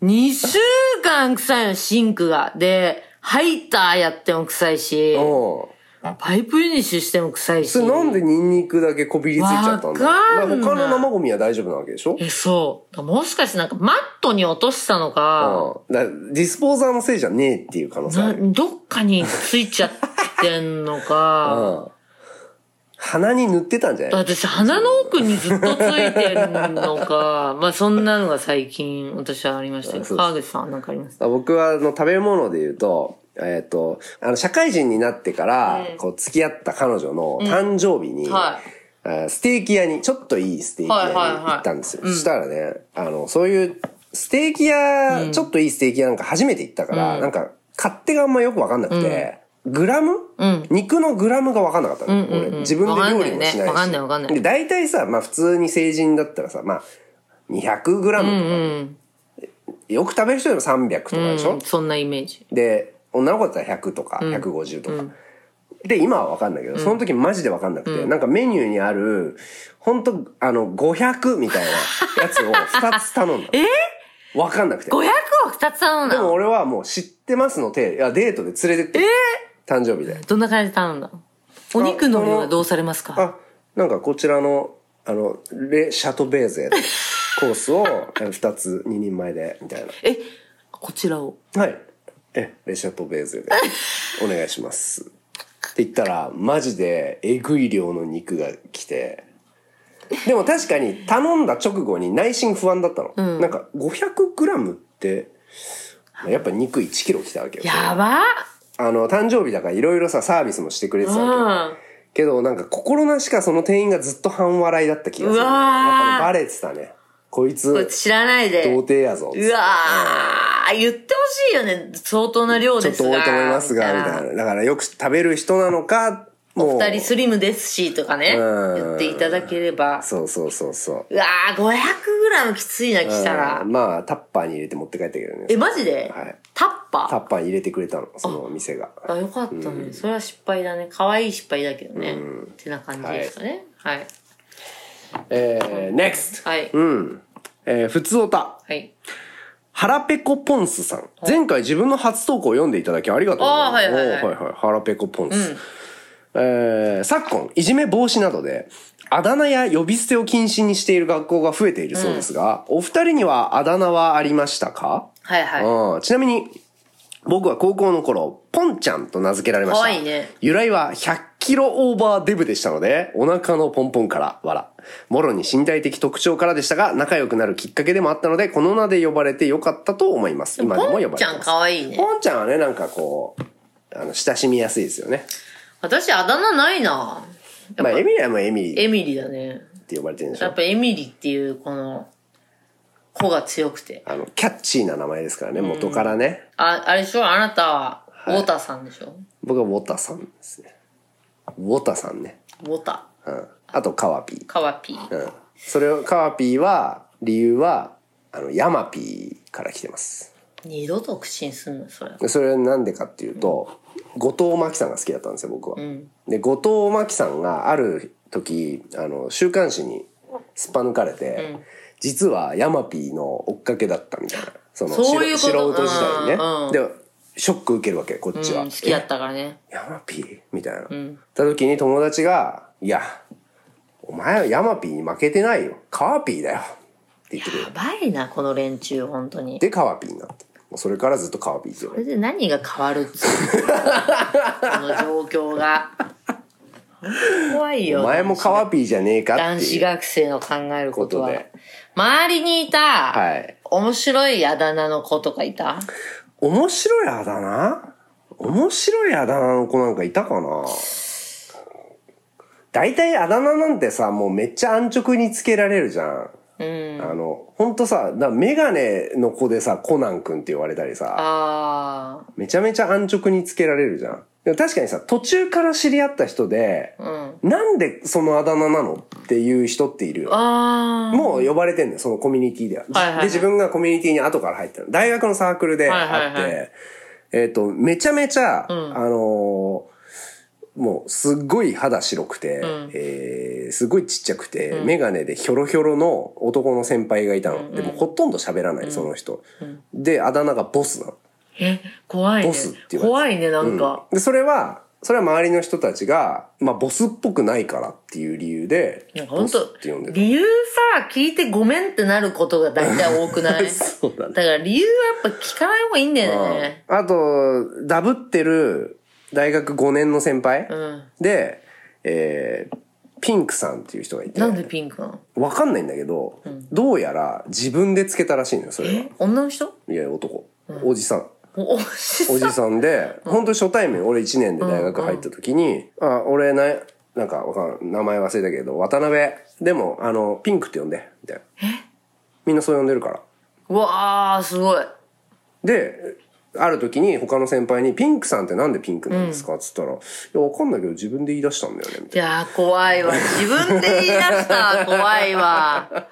Speaker 2: 2週間臭いの、シンクが。で、ハイターやっても臭いし、
Speaker 3: おう
Speaker 2: パイプフィニッシュしても臭いし。
Speaker 3: それなんでニンニクだけこびりついちゃったんだ
Speaker 2: わかんない
Speaker 3: だから他の生ゴミは大丈夫なわけでしょ
Speaker 2: え、そう。もしかしてなんかマットに落としたのか、
Speaker 3: うん。だからディスポーザーのせいじゃねえっていう可能性あ
Speaker 2: な
Speaker 3: る。
Speaker 2: どっかについちゃってんのか、
Speaker 3: う鼻に塗ってたんじゃない
Speaker 2: 私鼻の奥にずっとついてるのか まあそんなのが最近私はありましたよ
Speaker 3: あそうです
Speaker 2: 川口さんは何かあります
Speaker 3: 僕はあの食べ物で言うと、えっ、と、あの社会人になってから、こう付き合った彼女の誕生日に、
Speaker 2: は
Speaker 3: あーステーキ屋に、ちょっといいステーキ屋に
Speaker 2: はいはいはい
Speaker 3: 行ったんですよ。そしたらね、あの、そういうステーキ屋、ちょっといいステーキ屋なんか初めて行ったから、なんか勝手があんまよくわかんなくて、グラム、肉のグラムがわかんなかったの、
Speaker 2: うんうん
Speaker 3: 俺自分で料理もしないし。
Speaker 2: わかんないよねわかんないわかんない
Speaker 3: で、大体さ、まあ普通に成人だったらさ、まあ、200グラムとか、よく食べる人でも300とかでしょ、
Speaker 2: うん、そんなイメージ
Speaker 3: で女の子だったら100とか150とか、で今は分かんないけどその時マジで分かんなくて、なんかメニューにある本当あの500みたいなやつを2つ頼んだ え分かんなくて
Speaker 2: 500を2つ頼ん
Speaker 3: で
Speaker 2: だ
Speaker 3: も
Speaker 2: の
Speaker 3: 俺はもう知ってますの手いやデートで連れてって、誕生日で
Speaker 2: どんな感じで頼んだのお肉の量はどうされますか
Speaker 3: あなんかこちらのあのレ・シャトベーゼコースを2 つ2人前でみたいな
Speaker 2: えこちらを
Speaker 3: はい。え、レシャトベーゼで。お願いします。って言ったら、マジで、えぐい量の肉が来て。でも確かに、頼んだ直後に内心不安だったの。なんか、500グラムって、やっぱ肉1キロ来たわけよ。
Speaker 2: やば
Speaker 3: あの、誕生日だからいろいろさ、サービスもしてくれてたわけよ。
Speaker 2: うん
Speaker 3: けどなんか心なしかその店員がずっと半笑いだった気がする。
Speaker 2: うわー
Speaker 3: やっぱね、バレてたね。こいつ、
Speaker 2: これ知らないで
Speaker 3: 童貞やぞ。
Speaker 2: うわー言ってほしいよね相当な量
Speaker 3: ちょ
Speaker 2: で
Speaker 3: っ
Speaker 2: す
Speaker 3: と
Speaker 2: が
Speaker 3: 多いと思いますが、みたいな。だからよく食べる人なのか、もう。
Speaker 2: 二人スリムですしとかね
Speaker 3: うん
Speaker 2: 言っていただければ
Speaker 3: そうそうそうそう。
Speaker 2: うわー 500g きついな来たら
Speaker 3: うんまあ、タッパーに入れて持って帰ったけどね
Speaker 2: え。マジで、
Speaker 3: はい
Speaker 2: タッ
Speaker 3: タ
Speaker 2: パ
Speaker 3: ッパーに入れてくれたの、その店が。
Speaker 2: ーあよかったね、それは失敗だね可愛い失敗だけどね、ってな感じですかねはい
Speaker 3: えー、next!
Speaker 2: はい、
Speaker 3: うん。えー、ふつおた。
Speaker 2: はい
Speaker 3: 腹ペコポンスさん。前回自分の初投稿を読んでいただきありがとうございます。
Speaker 2: あーはいはいはい
Speaker 3: おーはいはい。腹ペコポンス。えー昨今、いじめ防止などで、あだ名や呼び捨てを禁止にしている学校が増えているそうですが、お二人にはあだ名はありましたか
Speaker 2: はいはい
Speaker 3: うんちなみに、僕は高校の頃、ポンちゃんと名付けられました。
Speaker 2: 可愛いね
Speaker 3: 由来は100キロオーバーデブでしたので、お腹のポンポンから、わら。もろに身体的特徴からでしたが、仲良くなるきっかけでもあったので、この名で呼ばれてよかったと思います。今でも呼ば
Speaker 2: ポ
Speaker 3: れて
Speaker 2: ン
Speaker 3: ます。
Speaker 2: ちゃん可愛いね
Speaker 3: ポンちゃんはね、なんかこう、あの、親しみやすいですよね。
Speaker 2: 私あだ名ないな
Speaker 3: まあ、エミリはもうエミリーっ
Speaker 2: エミリだね
Speaker 3: て呼ばれてるんでし
Speaker 2: やっ
Speaker 3: ょ。
Speaker 2: ぱエミリっていうこの子が強くて
Speaker 3: あの、キャッチーな名前ですからね、元からね。
Speaker 2: ああれでしょあなたはウォタさんでしょ、
Speaker 3: 僕はウォタさんですね。ウォタさんね。
Speaker 2: ウォタ
Speaker 3: うん。あと、カワピー。
Speaker 2: カワピー
Speaker 3: うんそれをカワピーは理由はあのヤマピーから来てます
Speaker 2: 二度と苦心すんのそれ
Speaker 3: それはなんでかっていうと後藤真希さんが好きだったんですよ僕は、で後藤真希さんがある時あの週刊誌にすっぱ抜かれて、実はヤマピーの追っかけだったみたいなその
Speaker 2: そういうこと
Speaker 3: 素人時代にね、
Speaker 2: うんうん
Speaker 3: でショック受けるわけこっちは、
Speaker 2: うん、好きだったからね
Speaker 3: ヤマピーみたいな。た時に友達が、いや、お前はヤマピーに負けてないよ。カワピーだよ。って言ってくれ
Speaker 2: やばいなこの連中本当に
Speaker 3: で、カワピーになって。もうそれからずっとカワピーって呼ば
Speaker 2: こ
Speaker 3: れ
Speaker 2: れで何が変わるっつうのこの状況が怖い
Speaker 3: て
Speaker 2: よ
Speaker 3: お前もカワピーじゃねえかっていう。
Speaker 2: 男子学生の考えることは
Speaker 3: ことで
Speaker 2: 周りにいた、
Speaker 3: はい。
Speaker 2: 面白いあだ名の子とかいた
Speaker 3: 面白いあだ名面白いあだ名の子なんかいたかな大体あだ名なんてさ、もうめっちゃ安直につけられるじゃん。あの、ほんとさ、だメガネの子でさ、コナン君って言われたりさ。
Speaker 2: ああ
Speaker 3: めちゃめちゃ安直につけられるじゃん。でも確かにさ、途中から知り合った人で、なんでそのあだ名なのっていう人っているよ。
Speaker 2: あ
Speaker 3: もう呼ばれてんのよ、そのコミュニティでは。
Speaker 2: はいはいはい
Speaker 3: で、自分がコミュニティに後から入ったの。大学のサークルであって、
Speaker 2: はいはい
Speaker 3: えっ、と、めちゃめちゃ、あのーもうすっごい肌白くて、えーすごいちっちゃくて、メガネでひょろひょろの男の先輩がいたの。でもほとんど喋らない、その人。で、あだ名がボスなの。
Speaker 2: ーえ怖いね
Speaker 3: ボスって言われ
Speaker 2: 怖い
Speaker 3: て
Speaker 2: ねなんか、
Speaker 3: でそれはそれは周りの人たちが、まあ、ボスっぽくないからっていう理由で
Speaker 2: なんか
Speaker 3: ボ
Speaker 2: 本
Speaker 3: ス
Speaker 2: 当
Speaker 3: って呼んでる
Speaker 2: 理由さ、聞いてごめんってなることが大体多くない
Speaker 3: そうだね
Speaker 2: から理由はやっぱ聞かない方がいいんだよね。
Speaker 3: あとダブってる大学5年の先輩、
Speaker 2: ん
Speaker 3: で、えーピンクさんっていう人がいて
Speaker 2: なんでピンクなの
Speaker 3: わかんないんだけど、どうやら自分でつけたらしいのよそれは
Speaker 2: 女の人
Speaker 3: いや男、おじさん
Speaker 2: おおじさん
Speaker 3: おじさんで、本当に初対面、俺1年で大学入った時に、あ、俺な、なんかわかん名前忘れたけど、渡辺、でも、あの、ピンクって呼んで、みたいな。みんなそう呼んでるから。
Speaker 2: うわーすごい
Speaker 3: で、ある時に他の先輩に、ピンクさんってなんでピンクなんですかっつったら、いや、わかんないけど自分で言い出したんだよね、みたい
Speaker 2: いやー怖いわ自分で言い出したら怖いわ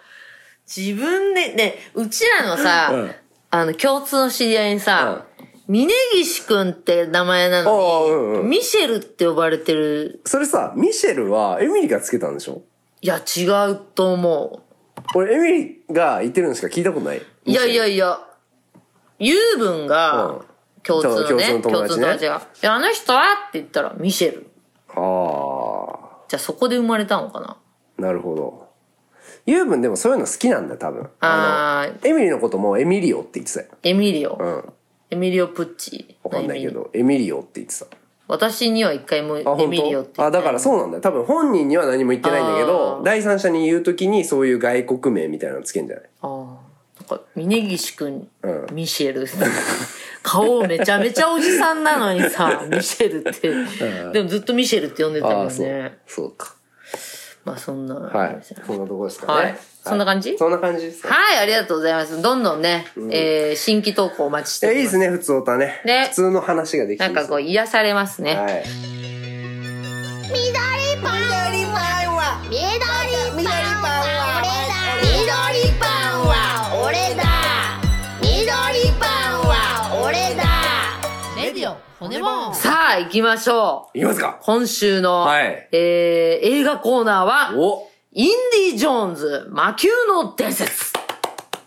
Speaker 2: 自分でねうちらのさ、
Speaker 3: うん
Speaker 2: あの共通の知り合いにさ、峯岸くんって名前な
Speaker 3: な。あ
Speaker 2: の
Speaker 3: あ、うん
Speaker 2: に、
Speaker 3: うん。
Speaker 2: ミシェルって呼ばれてる
Speaker 3: それさ、ミシェルはエミリがつけたんでしょ
Speaker 2: いや違うと思
Speaker 3: 俺、エミリが言ってるんですか聞いたことないう
Speaker 2: いやいや
Speaker 3: い
Speaker 2: いや油分
Speaker 3: うん
Speaker 2: が共通のね、
Speaker 3: そう共
Speaker 2: 共
Speaker 3: 通
Speaker 2: 通の
Speaker 3: の友
Speaker 2: 友
Speaker 3: 達ね
Speaker 2: 達が「いやあの人は?」って言ったら「ミシェル
Speaker 3: ああ、」
Speaker 2: じゃあそこで生まれたのかな
Speaker 3: なるほど。ユーブンでもそういうの好きなんだよ、多分。
Speaker 2: あー
Speaker 3: エミリのこともエミリオって言ってたよ。
Speaker 2: エミリオ、
Speaker 3: うん。
Speaker 2: エミリオ・プッチ
Speaker 3: わかんないけ
Speaker 2: エミリ
Speaker 3: ど、エミリオって言ってた。
Speaker 2: 私には一回もエ
Speaker 3: あ、本当
Speaker 2: ミリオって言
Speaker 3: あ、だから
Speaker 2: う
Speaker 3: そうなんだよ。多分本人には何も言ってないんだけ
Speaker 2: あ
Speaker 3: ど、
Speaker 2: ー
Speaker 3: 第三者に言うときにそういう外国名みたいなのつけんじゃない
Speaker 2: ああなんか峯岸くん、
Speaker 3: う
Speaker 2: ミシェル顔めちゃめちゃおじさんなのにさ ミシェルって、でもずっとミシェルって呼んでたもんね。
Speaker 3: そうか。
Speaker 2: まあそんな、
Speaker 3: はい。そんなとこですかね。
Speaker 2: はい
Speaker 3: はい
Speaker 2: そんな感じ
Speaker 3: そんな感じですか
Speaker 2: はいありがとうございますどんどんね、えー新規投稿お待ちしてお
Speaker 3: え、
Speaker 2: り
Speaker 3: いい
Speaker 2: ま
Speaker 3: ですね、普通歌ね。
Speaker 2: ね
Speaker 3: 普通の話ができて
Speaker 2: ない
Speaker 3: い
Speaker 2: ん
Speaker 3: で
Speaker 2: か
Speaker 3: す
Speaker 2: こう癒されますね、
Speaker 3: はい。
Speaker 4: 緑パンは緑パンは俺だ緑パンは俺だレディオ骨もん
Speaker 2: さあ行きましょう
Speaker 3: いきますか
Speaker 2: 今週の、
Speaker 3: はい
Speaker 2: えー映画コーナーは
Speaker 3: お
Speaker 2: インディ・ジョーンズ魔球の伝説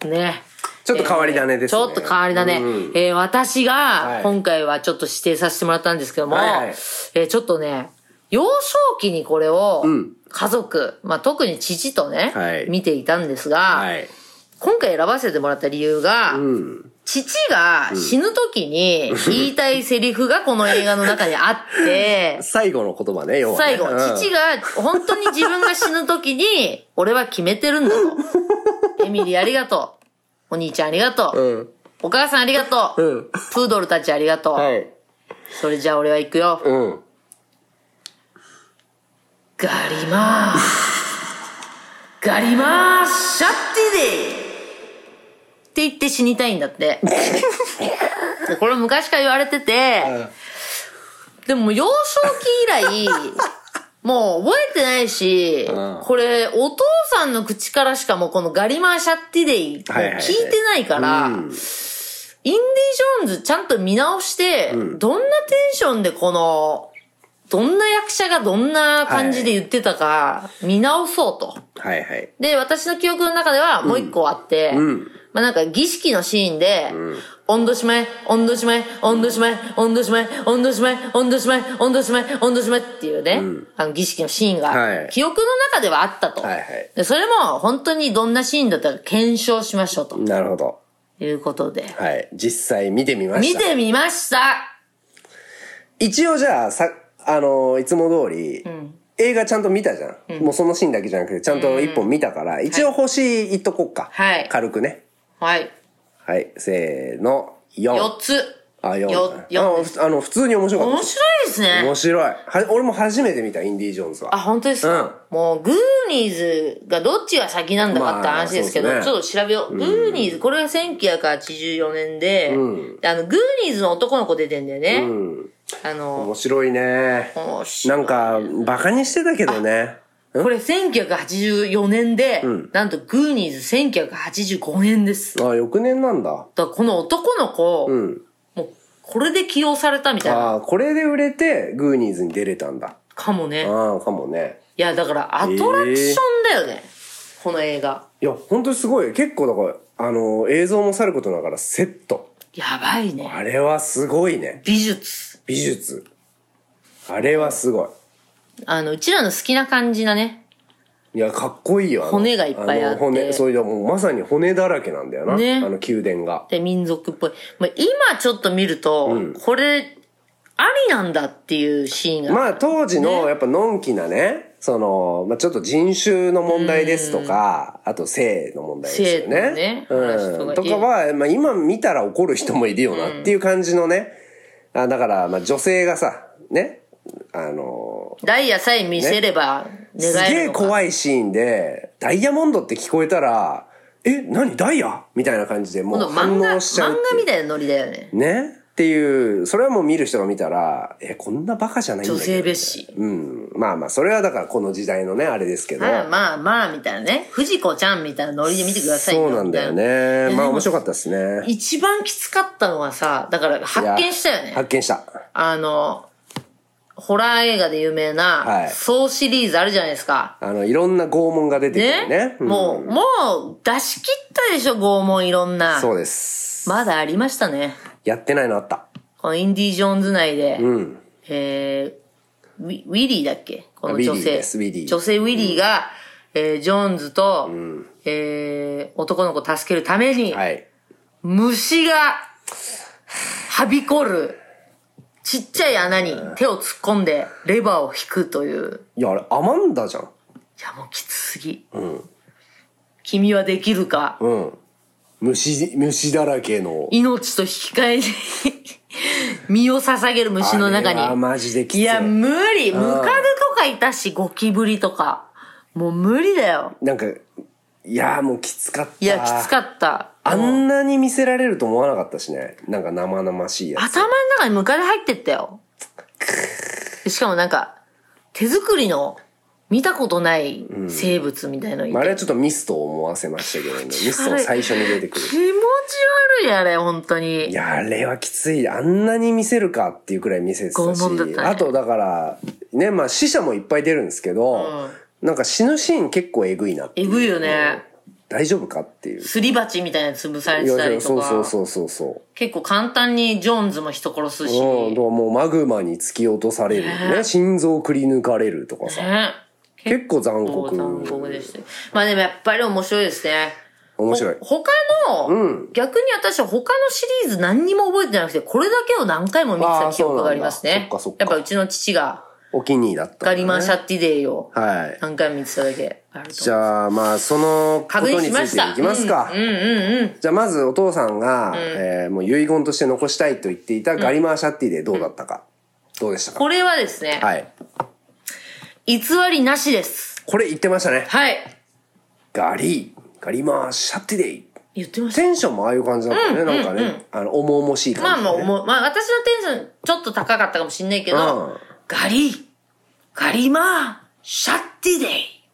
Speaker 2: ね
Speaker 3: ちょっと変わり種ですね
Speaker 2: えーちょっと変わり種、
Speaker 3: うん
Speaker 2: えー私
Speaker 3: は
Speaker 2: が
Speaker 3: い
Speaker 2: 今回はちょっと指定させてもらったんですけども、
Speaker 3: はいはい
Speaker 2: えーちょっとね幼少期にこれを
Speaker 3: うん
Speaker 2: 家族、まあ、特に父とね、
Speaker 3: はい
Speaker 2: 見ていたんですが、
Speaker 3: はい。
Speaker 2: 今回選ばせてもらった理由が、
Speaker 3: うん。
Speaker 2: 父が死ぬ時に言いたいセリフがこの映画の中にあって、
Speaker 3: 最後の言葉ね、要は
Speaker 2: 最
Speaker 3: ね。
Speaker 2: 後、
Speaker 3: うん
Speaker 2: 父が本当に自分が死ぬ時に、俺は決めてるんだ と。エミリーありがとう。お兄ちゃんありがとう。
Speaker 3: うん。
Speaker 2: お母さんありがとう。
Speaker 3: うん
Speaker 2: プードルたちありがとう。
Speaker 3: はい。
Speaker 2: それじゃあ俺は行くよ。
Speaker 3: うん。
Speaker 2: ガリマー。ガリマーシャッティデイって言って死にたいんだ って。でこれ昔から言われてて、でも幼少期以 来、もう覚えてないし、
Speaker 3: ん
Speaker 2: これお父さんの口からしかもうこのガリマーシャッティデイ
Speaker 3: はいはいはい
Speaker 2: 聞いてないから、
Speaker 3: うん
Speaker 2: インディ・ジョーンズちゃんと見直して、どんなテンションでこの、どんな役者がどんな感じで言ってたか、見直そうと。
Speaker 3: はいはい。
Speaker 2: で、私の記憶の中ではもう一個あって、
Speaker 3: うん
Speaker 2: まあなんか儀式のシーンで、温度しまえ、温度しまえ、温度しまえ、温度しまえ、温度しまえ、温度しまえ、温度しまえ、温度しまえっていうね、あの儀式のシーンが、
Speaker 3: はい
Speaker 2: 記憶の中ではあったと、
Speaker 3: はいはい
Speaker 2: で。それも本当にどんなシーンだったか検証しましょうと
Speaker 3: なるほど。
Speaker 2: いうことで、
Speaker 3: はい。実際見てみまし
Speaker 2: 見
Speaker 3: た。
Speaker 2: てみました
Speaker 3: 一応じゃあ、さ、あの、いつも通り、映画ちゃんと見たじゃん,、もうそのシーンだけじゃなくて、ちゃんと一本見たから、一応星いっとこっか。
Speaker 2: はい
Speaker 3: 軽くね。
Speaker 2: はい。
Speaker 3: はい。せーの、
Speaker 2: 四
Speaker 3: 4。
Speaker 2: つ。
Speaker 3: あ、4。
Speaker 2: よ
Speaker 3: あのふあの、普通に面白かった
Speaker 2: 面
Speaker 3: です。
Speaker 2: 白いですね
Speaker 3: 面。白い。は俺も初めて見た、インディ・ジョーンズ
Speaker 2: あ、
Speaker 3: は。
Speaker 2: 本当ですか、もう、グーニーズがどっちが先なんだかって
Speaker 3: まあ
Speaker 2: 話ですけど、
Speaker 3: そうです
Speaker 2: ち
Speaker 3: ね
Speaker 2: ょっと調べよう。グーニーズ、これが1984年で、
Speaker 3: う
Speaker 2: あの、グーニーズの男の子出てんだよね。
Speaker 3: うん。
Speaker 2: あの、
Speaker 3: 面白いね。
Speaker 2: 面白
Speaker 3: ないんか、バカにしてたけどね。ん
Speaker 2: これ1984年で、なんとグーニーズ1985年です。だ
Speaker 3: あ、翌年なんだ。
Speaker 2: からこの男の子、
Speaker 3: うん。
Speaker 2: もう、これで起用されたみたいな、
Speaker 3: ああ、これで売れて、グーニーズに出れたんだ。
Speaker 2: かもね。
Speaker 3: ああ、かもね。
Speaker 2: いや、だからアトラクションだよね。この映画。
Speaker 3: いや、本当にすごい。結構だから、あの、映像もさることながら、セット。
Speaker 2: やばいね。
Speaker 3: あれはすごいね。
Speaker 2: 美術。
Speaker 3: 美術。あれはすごい。
Speaker 2: あの、うちらの好きな感じだね。
Speaker 3: いや、かっこいいよ。あの
Speaker 2: 骨がいっぱいあって
Speaker 3: の骨、それでもうまさに骨だらけなんだよな。
Speaker 2: ね
Speaker 3: あの宮殿が。
Speaker 2: で、民族っぽい。まあ、今ちょっと見ると、これ、ありなんだっていうシーンが。
Speaker 3: まあ当時の
Speaker 2: ね
Speaker 3: やっぱのんきなね、その、まあ、ちょっと人種の問題ですとか、あと性の問題ですよ
Speaker 2: 性
Speaker 3: ね。
Speaker 2: のね話と
Speaker 3: う
Speaker 2: か
Speaker 3: ん。とかは、まあ、今見たら怒る人もいるよなっていう感じのね。あだから、まあ、女性がさ、ね、あの、
Speaker 2: ダイヤさえ見せれば
Speaker 3: す
Speaker 2: 願
Speaker 3: げ
Speaker 2: え
Speaker 3: え
Speaker 2: るのか、
Speaker 3: 怖いシーンで、ダイヤモンドって聞こえたら、え、何ダイヤみたいな感じでもう
Speaker 2: 今度漫
Speaker 3: 反
Speaker 2: 画
Speaker 3: 応しちゃう
Speaker 2: 漫
Speaker 3: っていう。
Speaker 2: 画みたいなノリだよね
Speaker 3: ねっていう、それはもう見る人が見たら、え、こんなバカじゃないんだ
Speaker 2: 女
Speaker 3: けど。
Speaker 2: 性蔑視
Speaker 3: うん。まあまあ、それはだからこの時代のね、あれですけど。
Speaker 2: まあまあまあみたいなね藤子ちゃんみたいなノリで見てください
Speaker 3: そうなんだよね。まあ面白か
Speaker 2: っ
Speaker 3: ったですね。
Speaker 2: 一番きつかったのはさだから発見したよ
Speaker 3: い
Speaker 2: ね
Speaker 3: や発見した。
Speaker 2: あのホラー映画で有名
Speaker 3: は
Speaker 2: ない「そう」シリーズあるじゃないですか、
Speaker 3: あの、いろんな拷問が出てく
Speaker 2: ね
Speaker 3: るね。ん
Speaker 2: もう、もう出し切ったでしょ、拷問いろんな。
Speaker 3: そうです。
Speaker 2: まだありましたね。
Speaker 3: やってないのあった。
Speaker 2: このインディ・ジョーンズ内で、
Speaker 3: うん。
Speaker 2: えーウィ、ウィリーだっけこの
Speaker 3: ウィリー
Speaker 2: 女性。
Speaker 3: ですウィリー
Speaker 2: 女性ウィリーが、えージョーンズと、えー男の子を助けるために、
Speaker 3: はい。
Speaker 2: 虫が、はびこる、ちっちゃい穴に手を突っ込んで、レバーを引くという。
Speaker 3: いや、あれ、アマンダじゃん。
Speaker 2: いや、もうきつすぎ。君はできるか。
Speaker 3: うん。虫、虫だらけの。
Speaker 2: 命と引き換えに 身を捧げる虫の中
Speaker 3: あれは
Speaker 2: に。
Speaker 3: マジできつい。
Speaker 2: いや、無理ムカデとかいたし、ゴキブリとか。もう無理だよ。
Speaker 3: なんか、いや、もうきつかった。
Speaker 2: いや、きつかった。
Speaker 3: あんなに見せられると思わなかったしね。なんか生々しいやつ。
Speaker 2: 頭の中にムカデ入ってったよ。しかもなんか、手作りの、見たことない生物みたいのいて、
Speaker 3: まあ、あれはちょっとミストを思わせましたけど ね。ミストの最初に出てくる
Speaker 2: 気。持ち悪い、あれ、本当
Speaker 3: い
Speaker 2: に。
Speaker 3: や、あれはきつい。あんなに見せるかっていうくらい見せてたし。
Speaker 2: 拷問だったね
Speaker 3: あと、だから、ね、まあ死者もいっぱい出るんですけど、なんか死ぬシーン結構えぐいなって
Speaker 2: え
Speaker 3: いう
Speaker 2: ぐいよね。
Speaker 3: 大丈夫かっていう。
Speaker 2: すり鉢みたいなの潰され
Speaker 3: い
Speaker 2: て
Speaker 3: や
Speaker 2: た
Speaker 3: い
Speaker 2: り
Speaker 3: や
Speaker 2: とか。
Speaker 3: そうそうそうそうそう。
Speaker 2: 結構簡単にジョーンズも人殺すし。
Speaker 3: うん、だからもうマグマに突き落とされる、ね、心臓くり抜かれるとかさ、
Speaker 2: ね。
Speaker 3: 結構残
Speaker 2: 結構
Speaker 3: 酷。
Speaker 2: 残酷でしたよまあでもやっぱり面白いですね。
Speaker 3: 面白い
Speaker 2: ほ。他の、
Speaker 3: うん
Speaker 2: 逆に私は他のシリーズ何にも覚えてなくて、これだけを何回も見てた記憶がありますね。
Speaker 3: あーそうなんだそっかそっか
Speaker 2: やっぱうちの父が
Speaker 3: お気に入りだったんだ
Speaker 2: ガ
Speaker 3: ね、
Speaker 2: リマンシャッティデイを
Speaker 3: はい。
Speaker 2: 何回も見てただけあると。
Speaker 3: じゃあ、まあ、そのこ
Speaker 2: 確
Speaker 3: と
Speaker 2: 認
Speaker 3: に
Speaker 2: し
Speaker 3: つ
Speaker 2: ま
Speaker 3: い
Speaker 2: した
Speaker 3: ていきますか。
Speaker 2: うんうんうん。
Speaker 3: じゃあ、まずお父さんが、えーもう遺言として残したいと言っていたガリマーシャッティでどうだったか。どうでしたか
Speaker 2: これはですね、
Speaker 3: はい。
Speaker 2: 偽りなしです。
Speaker 3: これ言ってましたね。
Speaker 2: はい。
Speaker 3: ガリ、ガリマーシャッティデイ。
Speaker 2: 言ってました。
Speaker 3: テンションもああいう感じだったね。なんかね、あの、重々しい感じ、
Speaker 2: まあ
Speaker 3: ね。
Speaker 2: まあ、もう、まあ私のテンションちょっと高かったかもしんないけど、
Speaker 3: うん
Speaker 2: ガリガリマー、シャッティデイ。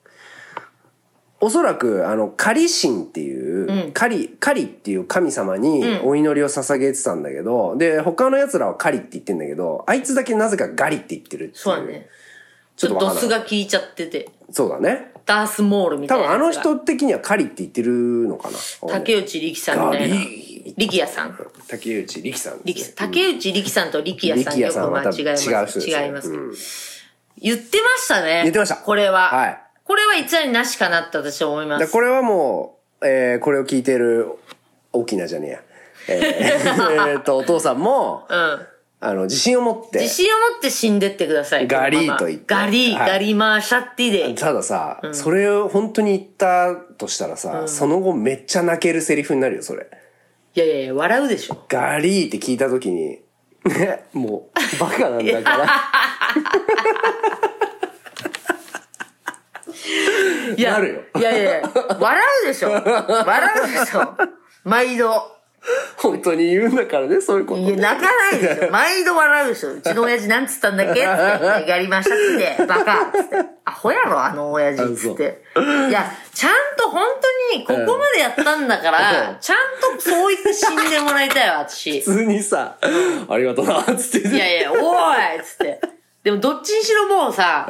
Speaker 3: おそらく、あの、カリ神っていう、カリ、カリっていう神様にお祈りを捧げてたんだけど、で、他の奴らはカリって言ってんだけど、あいつだけなぜかガリって言ってるっていう。
Speaker 2: そうだね。ち
Speaker 3: ちょっ
Speaker 2: ょ
Speaker 3: と
Speaker 2: っ
Speaker 3: わ
Speaker 2: と
Speaker 3: か
Speaker 2: ド
Speaker 3: んない
Speaker 2: スが効いちゃってて、
Speaker 3: そうだね。
Speaker 2: ダースモールみた
Speaker 3: 多
Speaker 2: いな
Speaker 3: 分あの
Speaker 2: やつが。
Speaker 3: 人的には狩りって言ってるのかな。
Speaker 2: 竹内力さんみたいな
Speaker 3: ガリ。
Speaker 2: 力也さん。
Speaker 3: 竹内力さんで
Speaker 2: 力
Speaker 3: す
Speaker 2: さん
Speaker 3: ね。
Speaker 2: 竹内力さんと力也さん
Speaker 3: 力
Speaker 2: よ
Speaker 3: 也さん
Speaker 2: く間
Speaker 3: は多分
Speaker 2: 違えま
Speaker 3: 違う人です
Speaker 2: す。
Speaker 3: ね
Speaker 2: 違いますけど
Speaker 3: うん。
Speaker 2: 言ってましたね。
Speaker 3: 言ってました
Speaker 2: これは。
Speaker 3: はい
Speaker 2: これは偽りなしかなって私は思いま
Speaker 3: だ
Speaker 2: す。
Speaker 3: これはもう、えーこれを聞いてる、大きなじゃねえや。え ーえーと、お父さんも、
Speaker 2: うん。
Speaker 3: あの、自信を持って。
Speaker 2: 自信を持って死んでってください。
Speaker 3: ガリー
Speaker 2: このまま
Speaker 3: と言って
Speaker 2: ガリー、
Speaker 3: はい
Speaker 2: ガリマーシャッティデイ。
Speaker 3: たださ、それを本当に言ったとしたらさ、その後めっちゃ泣けるセリフになるよ、それ。
Speaker 2: いやいやいや、笑うでしょ。
Speaker 3: ガリーって聞いた時に、ね、もう、バカなんだから。
Speaker 2: いや、
Speaker 3: なるよ
Speaker 2: いやいやいや、笑うでしょ。笑うでしょ。毎度。
Speaker 3: 本当に言うんだからね、そういうこと。
Speaker 2: いや、泣かないで しょ。毎度笑うでしょ。うちの親父なんつったんだっけって。やりましたって。バ カっつって。アホやろ、あの親父っつって。いや、ちゃんと本当にここまでやったんだから、
Speaker 3: うん
Speaker 2: ちゃんとそう言って死んでもらいたいわ、 私。い
Speaker 3: 普通にさ、ありがとうな、つって。
Speaker 2: やいや、おいっつって。でもどっちにしろもうさ、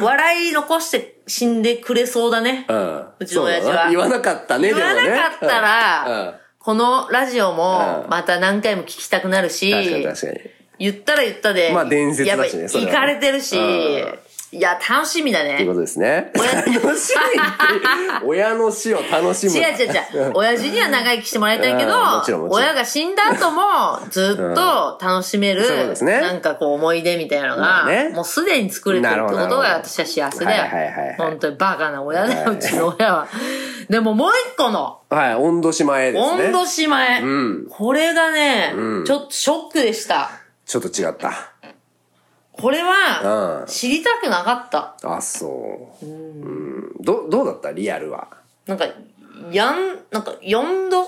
Speaker 2: 笑い残して死んでくれそうだね。
Speaker 3: うん。
Speaker 2: うちの親父は
Speaker 3: そうだな言わなかったね、
Speaker 2: 言わ
Speaker 3: でもね。
Speaker 2: なかった
Speaker 3: うんうん
Speaker 2: ら、このラジオも
Speaker 3: うん
Speaker 2: また何回も聞きたくなるし、
Speaker 3: 確かに確かに。
Speaker 2: 言ったら言ったで。
Speaker 3: まあ伝説だしね
Speaker 2: やっぱ
Speaker 3: それはね
Speaker 2: 行かれてるし
Speaker 3: うん、
Speaker 2: いや、楽しみだ
Speaker 3: という
Speaker 2: ね
Speaker 3: こ。とですね。楽しみって、親の死を楽しむ。
Speaker 2: 違う違う違う。親父には長生きしてもらいたいけど
Speaker 3: うんもちろんも、ちろん
Speaker 2: 親が死んだ後もずっと楽しめる
Speaker 3: うんそういうことで、すね
Speaker 2: なんかこう思い出みたいなの
Speaker 3: まあね
Speaker 2: が、もうすでに作れてるってこと
Speaker 3: な
Speaker 2: が
Speaker 3: るほど
Speaker 2: 私は幸せ
Speaker 3: はいはいはい
Speaker 2: だ
Speaker 3: は
Speaker 2: よ
Speaker 3: い。
Speaker 2: 本当にバカな親だ
Speaker 3: は
Speaker 2: よ、
Speaker 3: いう
Speaker 2: ちの親は。でももう一個の、
Speaker 3: はい、温度島へですね。
Speaker 2: 温度島へ
Speaker 3: うん。
Speaker 2: これがね
Speaker 3: うん、
Speaker 2: ちょっとショックでした。
Speaker 3: ちょっと違った。
Speaker 2: これ
Speaker 3: う
Speaker 2: は
Speaker 3: ん、
Speaker 2: 知りたくなかった。
Speaker 3: あ、そう。うん。ど、どうだったリアルは。
Speaker 2: なんか、やん、なんか4度、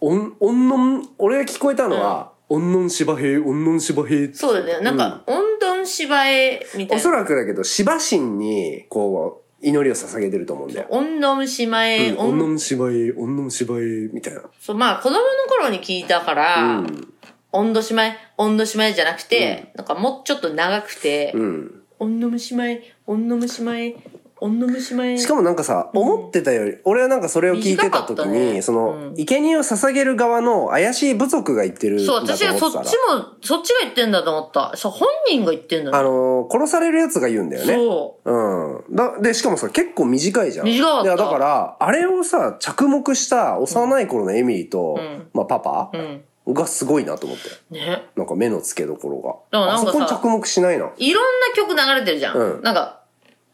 Speaker 3: おん、おんのん、俺が聞こえたのは、おんのんしばへい、おんのんしばへいって
Speaker 2: そうだよね。なんか、温度芝へ、みた
Speaker 3: お
Speaker 2: い
Speaker 3: そ
Speaker 2: な。
Speaker 3: らくだけど、芝神に、こう、祈りを捧げてると思うんだよ。
Speaker 2: 温度島へ、
Speaker 3: うんおん
Speaker 2: 温
Speaker 3: のんしばへい、おんのんしばへい、みたいな。
Speaker 2: そう、まあ子供の頃に聞いたから、
Speaker 3: うん。
Speaker 2: 温度しまえ、温度しまえじゃなくて、なんかもうちょっと長くて、
Speaker 3: うん。
Speaker 2: 温度しまえ、温度しまえ、温度しまえ。
Speaker 3: しかもなんかさ、思ってたより、俺はなんかそれを聞いてた時
Speaker 2: 短かった
Speaker 3: に、
Speaker 2: ね
Speaker 3: その
Speaker 2: う、ん
Speaker 3: 生贄を捧げる側の怪しい部族が言ってるんだと
Speaker 2: そう、
Speaker 3: 思って
Speaker 2: 私
Speaker 3: たら。
Speaker 2: はそっちも、そっちが言ってんだと思った。そう、本人が言ってんだ
Speaker 3: あ
Speaker 2: よ。
Speaker 3: のー、殺されるやつが言うんだよね。
Speaker 2: そう
Speaker 3: うん。だ、で、しかもさ、結構短いじゃん。
Speaker 2: 短かった
Speaker 3: いや、だから、あれをさ、着目した幼い頃のエミリーと、
Speaker 2: ん
Speaker 3: まあ、パパ、
Speaker 2: うん
Speaker 3: がすごいなと思って。
Speaker 2: ね。
Speaker 3: なんか目の付けどころ
Speaker 2: でも
Speaker 3: が。
Speaker 2: な
Speaker 3: あ
Speaker 2: ん
Speaker 3: そ
Speaker 2: か
Speaker 3: こ
Speaker 2: さ
Speaker 3: に着目しないな。
Speaker 2: いろんな曲流れてるじゃん。
Speaker 3: うん
Speaker 2: なんか、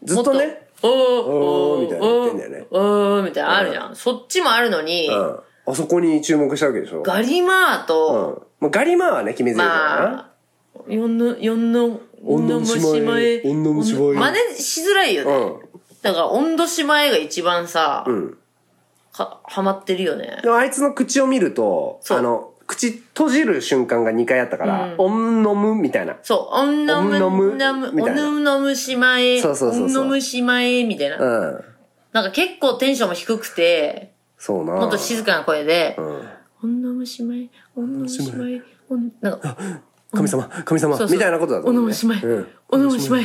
Speaker 3: ずっとね。
Speaker 2: おー、
Speaker 3: おーみたいな言
Speaker 2: お
Speaker 3: ってんだよね
Speaker 2: おーみたいなのあるじゃん。そっちもあるのに、
Speaker 3: うん。あそこに注目したわけでしょ。
Speaker 2: ガリマー
Speaker 3: う
Speaker 2: と、
Speaker 3: ん。まあ、ガリマーはね、決め台詞だからな。
Speaker 2: まあ、四の、四の、
Speaker 3: 女の島へ女の島へ
Speaker 2: 真似しづらいよね。
Speaker 3: う
Speaker 2: だから、温度島へが一番さ、
Speaker 3: ん。うん。
Speaker 2: かはまってるよね
Speaker 3: で。もあいつの口を見ると、
Speaker 2: そう
Speaker 3: あの、口閉じる瞬間が2回あったから、オンノムみたいな。
Speaker 2: そう、おんのむ、
Speaker 3: お
Speaker 2: お
Speaker 3: んのむ
Speaker 2: んのむ、
Speaker 3: み
Speaker 2: お
Speaker 3: たいなん
Speaker 2: のむ島へ、
Speaker 3: そうそうそうそう
Speaker 2: おんのむ島へ、みたいな。
Speaker 3: うん。
Speaker 2: なんか結構テンションも低くて、
Speaker 3: そうな
Speaker 2: もっと静かな声で、
Speaker 3: うん
Speaker 2: おんのむ島へ、おんのむ島へ、おん、なんか、
Speaker 3: 神様、神様、
Speaker 2: そうそう
Speaker 3: みたいなことだと
Speaker 2: おん
Speaker 3: 思
Speaker 2: の
Speaker 3: う、
Speaker 2: む
Speaker 3: ね。
Speaker 2: 島へ
Speaker 3: うん。、
Speaker 2: おんのむ島へ、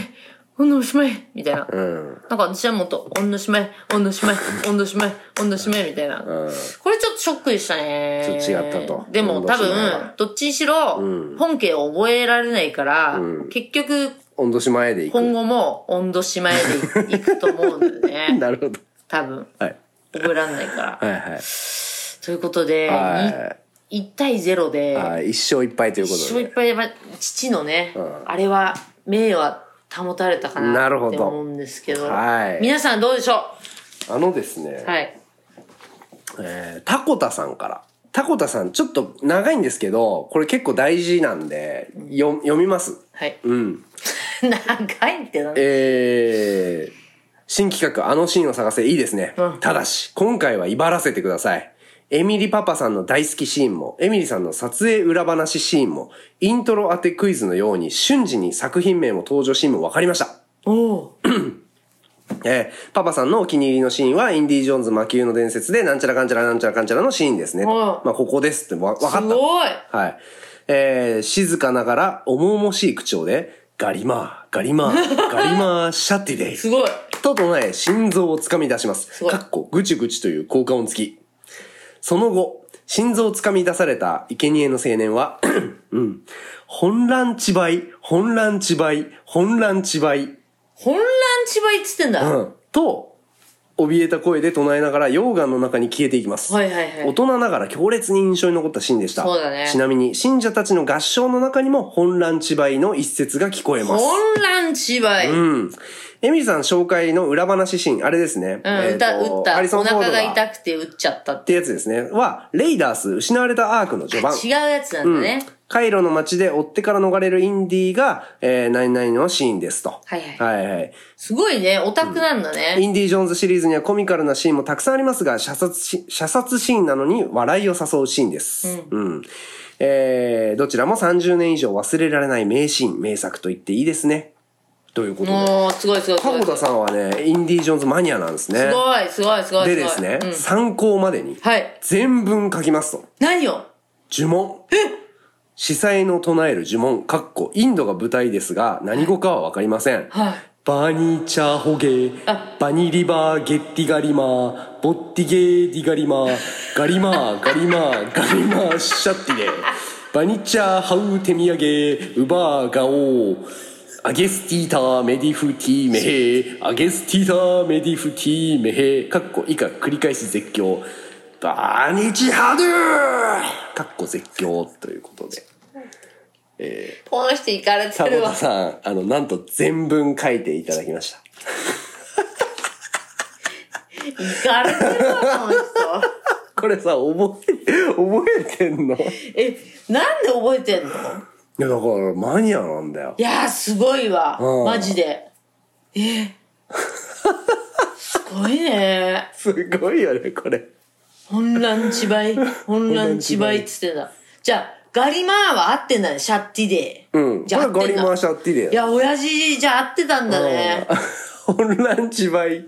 Speaker 2: おんのむ島へ、みたい な。
Speaker 3: うん。
Speaker 2: なんか私はもっと、温度しまえ、温度しまえ、温度しまえ、温度しまえ、みたいな。これちょっとショックでしたね。
Speaker 3: ちょっと違ったと
Speaker 2: でも
Speaker 3: 温度
Speaker 2: 多
Speaker 3: しまえは
Speaker 2: 分、どっちにしろ
Speaker 3: うん、
Speaker 2: 本家を覚えられないから、
Speaker 3: うん
Speaker 2: 結局、
Speaker 3: 温度島へで行
Speaker 2: 今
Speaker 3: く。
Speaker 2: 後も温度しまえでいいくと思うんだよね。
Speaker 3: なるほど。
Speaker 2: 多分、
Speaker 3: はい。
Speaker 2: 覚えられないから。
Speaker 3: はいはい。
Speaker 2: ということで、
Speaker 3: は
Speaker 2: 1対0
Speaker 3: い。
Speaker 2: で、
Speaker 3: はい。一生いっぱいというこ
Speaker 2: 一
Speaker 3: と
Speaker 2: 生いっ
Speaker 3: で。
Speaker 2: ぱい、やっぱ父のね、
Speaker 3: うん
Speaker 2: あれは、名誉は保たれたか
Speaker 3: な
Speaker 2: な
Speaker 3: るほ
Speaker 2: っ
Speaker 3: ど
Speaker 2: て思うんですけど、
Speaker 3: はい
Speaker 2: 皆さんどうでしょ
Speaker 3: あのですね、
Speaker 2: うはい。
Speaker 3: えー、タコタさんから。タコタさん、ちょっと長いんですけど、これ結構大事なんで、よ読みます。
Speaker 2: はい。
Speaker 3: うん。
Speaker 2: 長いってな
Speaker 3: えー、新企画、あのシーンを探せ、いいですね。
Speaker 2: うん
Speaker 3: ただし、今回は威張らせてください。エミリパパさんの大好きシーンも、エミリさんの撮影裏話シーンも、イントロ当てクイズのように瞬時に作品名も登場シーンも分かりました。
Speaker 2: お
Speaker 3: えーパパさんのお気に入りのシーンは、インディ・ージョーンズ魔球の伝説で、なんちゃらかんちゃらなんちゃらかんちゃらのシーンですね。
Speaker 2: うん
Speaker 3: まあ、ここですってわ、分かった
Speaker 2: す。ごい
Speaker 3: はい。えー、静かながら、重々しい口調で、ガリマー、ガリ マー、ガリマー、シャッティデイ。
Speaker 2: すごい
Speaker 3: と唱え、心臓をつかみ出します。
Speaker 2: すごい
Speaker 3: かっこ、ぐちぐちという効果音付き。その後、心臓をつかみ出された生贄の青年は、 うん、本乱千倍、本乱千倍、本乱千倍、
Speaker 2: 本乱千葉いっつってんだ、
Speaker 3: う
Speaker 2: は
Speaker 3: ん、と、怯えた声で唱えながら溶岩の中に消えていきます。
Speaker 2: いはいは
Speaker 3: 大
Speaker 2: い
Speaker 3: 人ながら強烈に印象に残ったシーンでした。
Speaker 2: そうだね
Speaker 3: ちなみに、信者たちの合唱の中にも、本乱千倍の一節が聞こえます。
Speaker 2: 本乱千葉、
Speaker 3: うん。エミリさん紹介の裏話シーン、あれですね。
Speaker 2: うん
Speaker 3: えー
Speaker 2: 歌
Speaker 3: と
Speaker 2: 打った
Speaker 3: アリソン
Speaker 2: お
Speaker 3: フォード
Speaker 2: 腹
Speaker 3: が
Speaker 2: が
Speaker 3: いた。っ
Speaker 2: 痛くて打っちゃったって
Speaker 3: てやつですね。は、レイダース、失われたアークの序盤。
Speaker 2: 違うやつなんだね、
Speaker 3: カイロの街で追ってから逃れるインディーが、えー、ナインナインのシーンですと。
Speaker 2: はいはい
Speaker 3: はいはい。
Speaker 2: すごいねオタクなんだね、
Speaker 3: インディ・ージョーンズシリーズにはコミカルなシーンもたくさんありますが、射殺し射殺シーンなのに笑いを誘うシーンです。うん。えー、どちらも30年以上忘れられない名シーン、名作と言っていいですね。ということで。
Speaker 2: もうすごいすごいす
Speaker 3: タ
Speaker 2: ごい
Speaker 3: コ
Speaker 2: すご
Speaker 3: タ
Speaker 2: い
Speaker 3: さんはね、インディ・ージョーンズマニアなんですね。
Speaker 2: すごいすごいすごい
Speaker 3: でですね、
Speaker 2: うん
Speaker 3: 参考までに、
Speaker 2: はい
Speaker 3: 全文書きますと。
Speaker 2: 何を
Speaker 3: 呪文。司祭の唱える呪文、かっこ、インドが舞台ですが、何語かはわかりません。
Speaker 2: はい
Speaker 3: バニーチャーホゲー、バニリバーゲッティガリマー、ボッティゲーディガリマー、ガリマー、ガリマー、ガリマー、シャッティレ、バニチャーハウテミヤゲー、ウバーガオー、アゲスティーターメディフティーメヘアゲスティーターメディフティーメヘかっこ以下繰り返し絶叫バーニチハドゥーかっこ絶叫ということで
Speaker 2: この人いかれて
Speaker 3: サボ
Speaker 2: るわ
Speaker 3: タさんあのなんと全文書いていただきました
Speaker 2: いかれてるわこの人
Speaker 3: これさ覚え覚えてんのい
Speaker 2: えなんで覚えてんの
Speaker 3: やだからマニアなんだよ
Speaker 2: いやーすごいわ
Speaker 3: うん
Speaker 2: マジでえーすごいね
Speaker 3: すごいよねこれ
Speaker 2: 本乱千倍本乱千倍っつってたじゃあガリマーは合ってんだねシャッティで
Speaker 3: うん
Speaker 2: じゃあ合
Speaker 3: こ
Speaker 2: って
Speaker 3: れゴ
Speaker 2: ん
Speaker 3: リマー
Speaker 2: だ
Speaker 3: シャッティで
Speaker 2: いや親父じゃあ合ってたんだね
Speaker 3: 本乱千倍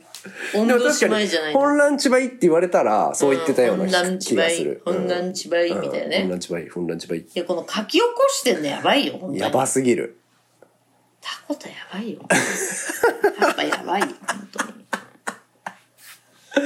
Speaker 2: 本乱千倍じゃない
Speaker 3: 本乱千倍って言われたらそう言ってたような
Speaker 2: 本乱千
Speaker 3: 気がす
Speaker 2: 倍
Speaker 3: る
Speaker 2: 本乱千倍みたいな
Speaker 3: 本
Speaker 2: ね
Speaker 3: 乱千倍本乱千倍
Speaker 2: いやこの書き起こしてんのやばいよ本当に
Speaker 3: やばすぎる
Speaker 2: タコタやばいよやっぱやばいよ本当にこ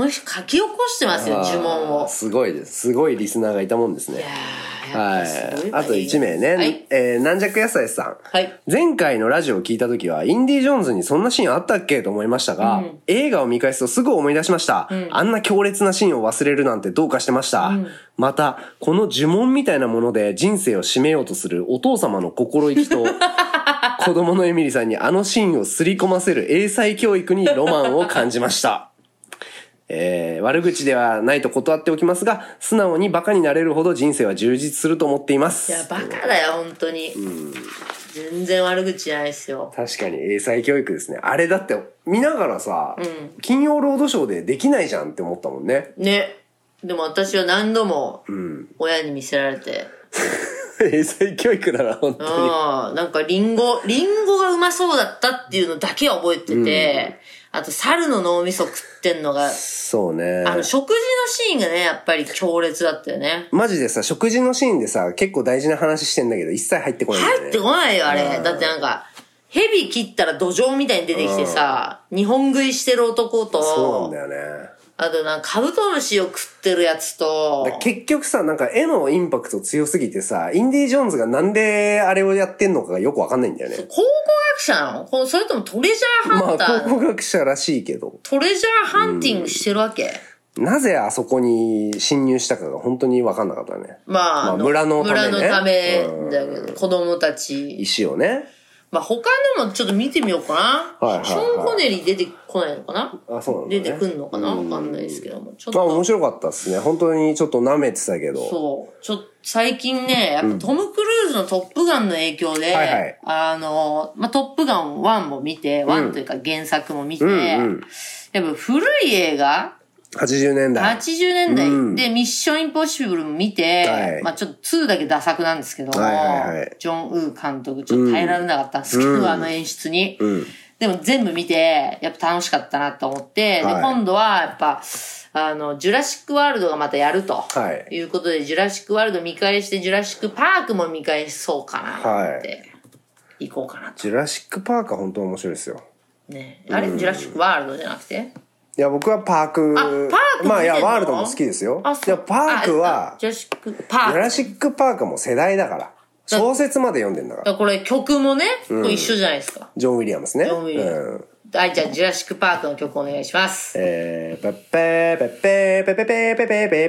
Speaker 2: の人書き起こしてますよ呪文を
Speaker 3: すごいですすごいリスナーがいたもんです
Speaker 2: い
Speaker 3: ね
Speaker 2: やーや
Speaker 3: は
Speaker 2: っぱすごい
Speaker 3: い
Speaker 2: わ
Speaker 3: あと1名ね、
Speaker 2: はい
Speaker 3: えー軟弱野菜さん、
Speaker 2: はい
Speaker 3: 前回のラジオを聞いた時はインディ・ジョーンズにそんなシーンあったっけと思いましたが、映画を見返すとすぐ思い出しました、あんな強烈なシーンを忘れるなんてどうかしてました、またこの呪文みたいなもので人生を締めようとするお父様の心意 気と 子供のエミリさんにあのシーンをすり込ませる英才教育にロマンを感じました えー悪口ではないと断っておきますが、素直にバカになれるほど人生は充実すると思っています。
Speaker 2: いやバカだよ本当に全然悪口じゃないですよ
Speaker 3: 確かに英才教育ですね。あれだって見ながらさ、金曜ロードショーでできないじゃんって思ったもんね。
Speaker 2: ねでも私は何度も親に見せられて
Speaker 3: 英才教育だな、本
Speaker 2: うん
Speaker 3: 当に。
Speaker 2: なんかリンゴリンゴがうまそうだったっていうのだけは覚えててあと猿の脳みそ食ってんのが
Speaker 3: そうね。
Speaker 2: あの、食事のシーンがね、やっぱり強烈だったよね。
Speaker 3: マジでさ、食事のシーンでさ、結構大事な話してんだけど、一切入ってこないんだよね。
Speaker 2: 入ってこないよ、あれ。だってなんか、蛇切ったら土壌みたいに出てきてさ、日本食いしてる男
Speaker 3: そう
Speaker 2: と、
Speaker 3: なんだよね。
Speaker 2: あとなんかカブトムシを食ってるやつと
Speaker 3: だから、結局さ、なんか絵のインパクト強すぎてさ、インディ・ジョーンズがなんであれをやってんのかがよくわかんないんだよね。
Speaker 2: 考古学者なのこのそれともトレジャーハ
Speaker 3: ま
Speaker 2: ンタ
Speaker 3: あ、
Speaker 2: ー、
Speaker 3: 考古学者らしいけど、
Speaker 2: トレジャーハンティングしてるわけ、
Speaker 3: なぜあそこに侵入したかが本当にわかんなかったね。
Speaker 2: まあ、
Speaker 3: まあ
Speaker 2: あの
Speaker 3: 村のため
Speaker 2: 村
Speaker 3: ね
Speaker 2: のためだけど、子供たち。
Speaker 3: 石をね。
Speaker 2: まあ他のもちょっと見てみようかな。
Speaker 3: はいはいはい
Speaker 2: ショーン・コネリー出てこないのかな
Speaker 3: あ、そうなんだ、
Speaker 2: 出
Speaker 3: ね。
Speaker 2: てくんのかなわかんないですけども。ちょっ
Speaker 3: まあ面
Speaker 2: と、
Speaker 3: 白かったですね。本当にちょっと舐めてたけど。
Speaker 2: そう。ちょっと最近ね、やっぱトム・クルーズのトップガンの影響で、
Speaker 3: はいはい
Speaker 2: あの、まあ、トップガン1も見て、1というか原作も見て、
Speaker 3: うん
Speaker 2: やっぱ古い映画、
Speaker 3: 80年代。
Speaker 2: 80年代
Speaker 3: うん
Speaker 2: でミッションインポッシブルも見て、
Speaker 3: はい
Speaker 2: まあちょっと2だけダ作なんですけども、
Speaker 3: はいはいはい
Speaker 2: ジョン・ウー監督ちょっと耐えられなかったんですけど、
Speaker 3: うん
Speaker 2: あの演出に。
Speaker 3: うん。
Speaker 2: でも全部見て、やっぱ楽しかったなと思って、
Speaker 3: はい
Speaker 2: で、今度はやっぱ、あの、ジュラシックワールドがまたやると。
Speaker 3: はい
Speaker 2: い。うことで、ジュラシックワールド見返して、ジュラシックパークも見返そうかなと思って、行こうかなと。
Speaker 3: ジュラシック・パークは本当面白いですよ。
Speaker 2: ね。あれ、ジュラシックワールドじゃなくて
Speaker 3: いや、僕はパーク。
Speaker 2: あパーク見てんの
Speaker 3: まあ、いや、ワールドも好きですよ。いや、パーク
Speaker 2: あ
Speaker 3: は、
Speaker 2: ジュラシックパー
Speaker 3: ジ
Speaker 2: ク。
Speaker 3: ュラシック・パークはもう世代だから。小説まで読んでんだか
Speaker 2: だ
Speaker 3: ら。
Speaker 2: からこれ曲もね、これ一緒じゃないですか。
Speaker 3: ジョン・ウィリアムスね。
Speaker 2: ジョンウィリアム
Speaker 3: うん
Speaker 2: はい、じゃあ、ジュラシックパークの曲お願いします。
Speaker 3: えー、ペッペーペッペーペペペペペペペペ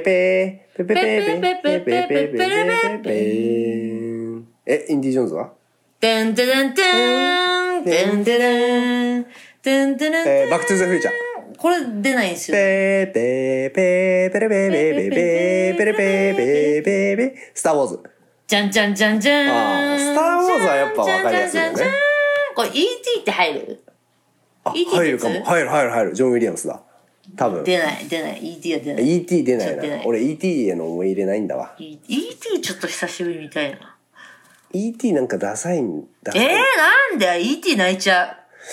Speaker 3: ペペペペペペペペペペえ、インディ・ジョーンズは
Speaker 2: てんてれんてんてんてれんてんてれんて
Speaker 3: え
Speaker 2: ん
Speaker 3: ー、バック・トゥ・ザ・フューチャー。
Speaker 2: これ出ないんですよ。
Speaker 3: ペーペーペーペレペーペーペーペレペーペーペーペースター・ウォーズ。
Speaker 2: じゃんじゃんじゃんじゃん。
Speaker 3: あースターウォーズはやっぱわかりやすい
Speaker 2: じ
Speaker 3: よね
Speaker 2: ゃんじゃんじゃんじゃんこれ ET って入る
Speaker 3: あ、
Speaker 2: ET
Speaker 3: 入るかも。入る入る入る。ジョン・ウィリアムスだ。多分。
Speaker 2: 出ない、出ない。ET は出ない。
Speaker 3: E.T. 出な
Speaker 2: ちょっと
Speaker 3: い
Speaker 2: 出な
Speaker 3: な。
Speaker 2: い
Speaker 3: 俺 E.T. への思い入れないんだわ。
Speaker 2: E- ET ちょっと久しぶりみたいな。
Speaker 3: E.T. なんかダサいんだ。
Speaker 2: えー、なんだよ。ET 泣いちゃ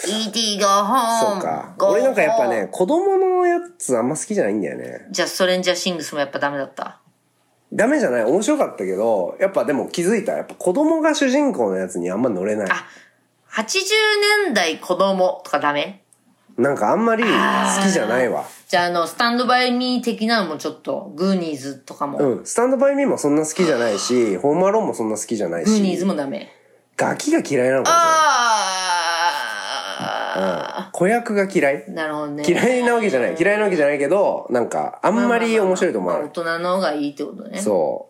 Speaker 2: う。ET go home.
Speaker 3: そうか。
Speaker 2: go
Speaker 3: 俺なんかやっぱ
Speaker 2: home
Speaker 3: ね、。子供のやつあんま好きじゃないんだよね。
Speaker 2: じゃあ、ストレンジャーシングスもやっぱダメだった。
Speaker 3: ダメじゃない面白かったけど、やっぱでも気づいた。やっぱ子供が主人公のやつにあんま乗れない。
Speaker 2: あ80年代子供とかダメ
Speaker 3: なんかあんまり好きじゃないわ。
Speaker 2: じゃあ、あの、スタンドバイミー的なのもちょっと、グーニーズとかも。
Speaker 3: うん。スタンドバイミーもそんな好きじゃないし、ホームアローンもそんな好きじゃない
Speaker 2: グーニー
Speaker 3: し
Speaker 2: ズ、もダメ。
Speaker 3: ガキが嫌いなのかもしれない。うん子役が嫌い
Speaker 2: なるほどね。
Speaker 3: 嫌いなわけじゃない。嫌いなわけじゃないけど、なんか、あんまり面白いと思わ
Speaker 2: ま
Speaker 3: な
Speaker 2: あ
Speaker 3: い。
Speaker 2: 大人の方がいいってことね。う。
Speaker 3: そ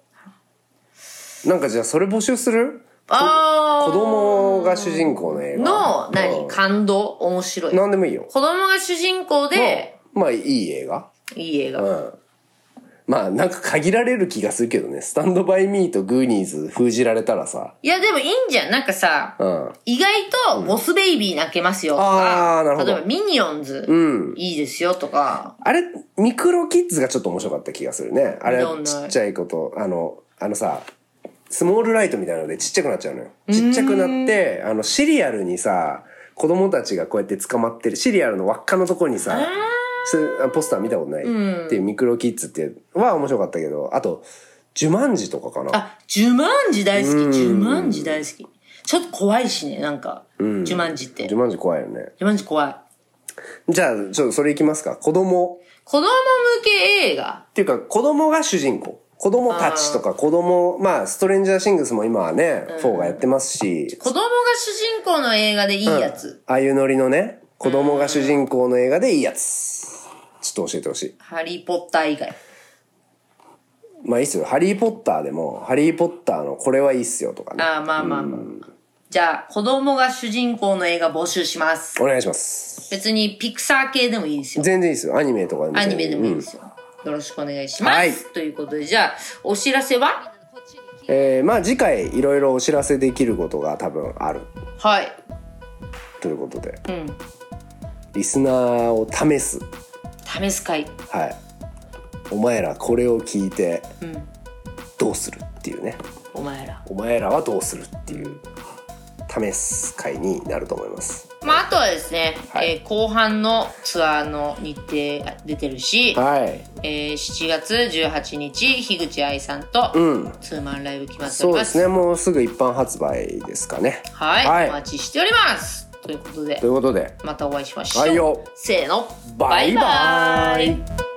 Speaker 3: う。なんかじゃあそれ募集する
Speaker 2: あ
Speaker 3: 子
Speaker 2: あ。
Speaker 3: 供が主人公の映画。
Speaker 2: の、
Speaker 3: う
Speaker 2: 何
Speaker 3: ん
Speaker 2: 感動面白い。子
Speaker 3: なんでもいいよ。
Speaker 2: 供が主人公で、
Speaker 3: まあいい映画。
Speaker 2: いい映画。
Speaker 3: うん。まあなんか限られる気がするけどね。スタンドバイミーとグーニーズ封じられたらさ。
Speaker 2: いや、でもいいんじゃん。なんかさ、
Speaker 3: うん。
Speaker 2: 意外とボスベイビー泣けますよとか、
Speaker 3: あーなるほど
Speaker 2: 例えばミニオンズ、
Speaker 3: うん
Speaker 2: いいですよとか、
Speaker 3: あれ、ミクロキッズがちょっと面白かった気がするね。あれ
Speaker 2: ど、んな
Speaker 3: ちっちゃいこと、あの、あのさ、スモールライトみたいなのでちっちゃくなっちゃうのよ。ちっちゃくなって、あの、シリアルにさ、子供たちがこうやって捕まってる、シリアルの輪っかのとこにさ、そうポスター見たことない、っていうミクロキッズっては面白かったけど、あと、ジュマンジとかかな。
Speaker 2: あ、ジュマンジ大好き、
Speaker 3: うん
Speaker 2: ジュマンジ大好き。ちょっと怖いしね、なんか、ジュマンジって。
Speaker 3: ジ
Speaker 2: ジ
Speaker 3: ュマンジ怖いよね。
Speaker 2: ュマンジ怖い。
Speaker 3: じゃあ、ちょっとそれいきますか。子供。
Speaker 2: 子供向け映画。
Speaker 3: っていうか、子供が主人公。子供たちとか、子供、まあ、ストレンジャーシングスも今はね、4がやってますし、
Speaker 2: 子供が主人公の映画でいいやつ。
Speaker 3: ああいうノリのね、子供が主人公の映画でいいやつ。ちょっと教えてほしい。
Speaker 2: ハリーポッター以外。
Speaker 3: まあいいっすよ。ハリーポッターでも、ハリーポッターのこれはいいっすよとかね。
Speaker 2: あーまあまあまあまあ。じゃあ、子供が主人公の映画募集します。
Speaker 3: お願いします。
Speaker 2: 別にピクサー系でもいいですよ。
Speaker 3: 全然いいっすよ。アニメとかでも
Speaker 2: ア
Speaker 3: 全
Speaker 2: ニ
Speaker 3: 然。
Speaker 2: メでもいいで
Speaker 3: うん
Speaker 2: すよ。よろしくお願いします。
Speaker 3: はい
Speaker 2: ということで、じゃあ、お知らせは
Speaker 3: えーまあ次回いろいろお知らせできることが多分ある
Speaker 2: はい。
Speaker 3: ということで、
Speaker 2: ん
Speaker 3: リスナーを試す。
Speaker 2: 試す会。
Speaker 3: はい。お前らこれを聞いて
Speaker 2: ん、
Speaker 3: どうするっていうね。
Speaker 2: お前ら。
Speaker 3: お前らはどうするっていう試す会になると思います。
Speaker 2: まあ、あとはですね、
Speaker 3: はい
Speaker 2: えー後半のツアーの日程が出てるし、
Speaker 3: はい。
Speaker 2: えー7月18日、樋口愛さんと、
Speaker 3: うん。
Speaker 2: ツーマンライブ決まってお
Speaker 3: そ
Speaker 2: り
Speaker 3: う
Speaker 2: ま。
Speaker 3: ですすね。もうすぐ一般発売ですかね。
Speaker 2: はい、
Speaker 3: はい
Speaker 2: お待ちしております。ということで
Speaker 3: とい、うことで、
Speaker 2: またお会いしましょう。
Speaker 3: はいよ。
Speaker 2: せーの、
Speaker 3: バイバー
Speaker 2: バイ
Speaker 3: イ
Speaker 2: バーイ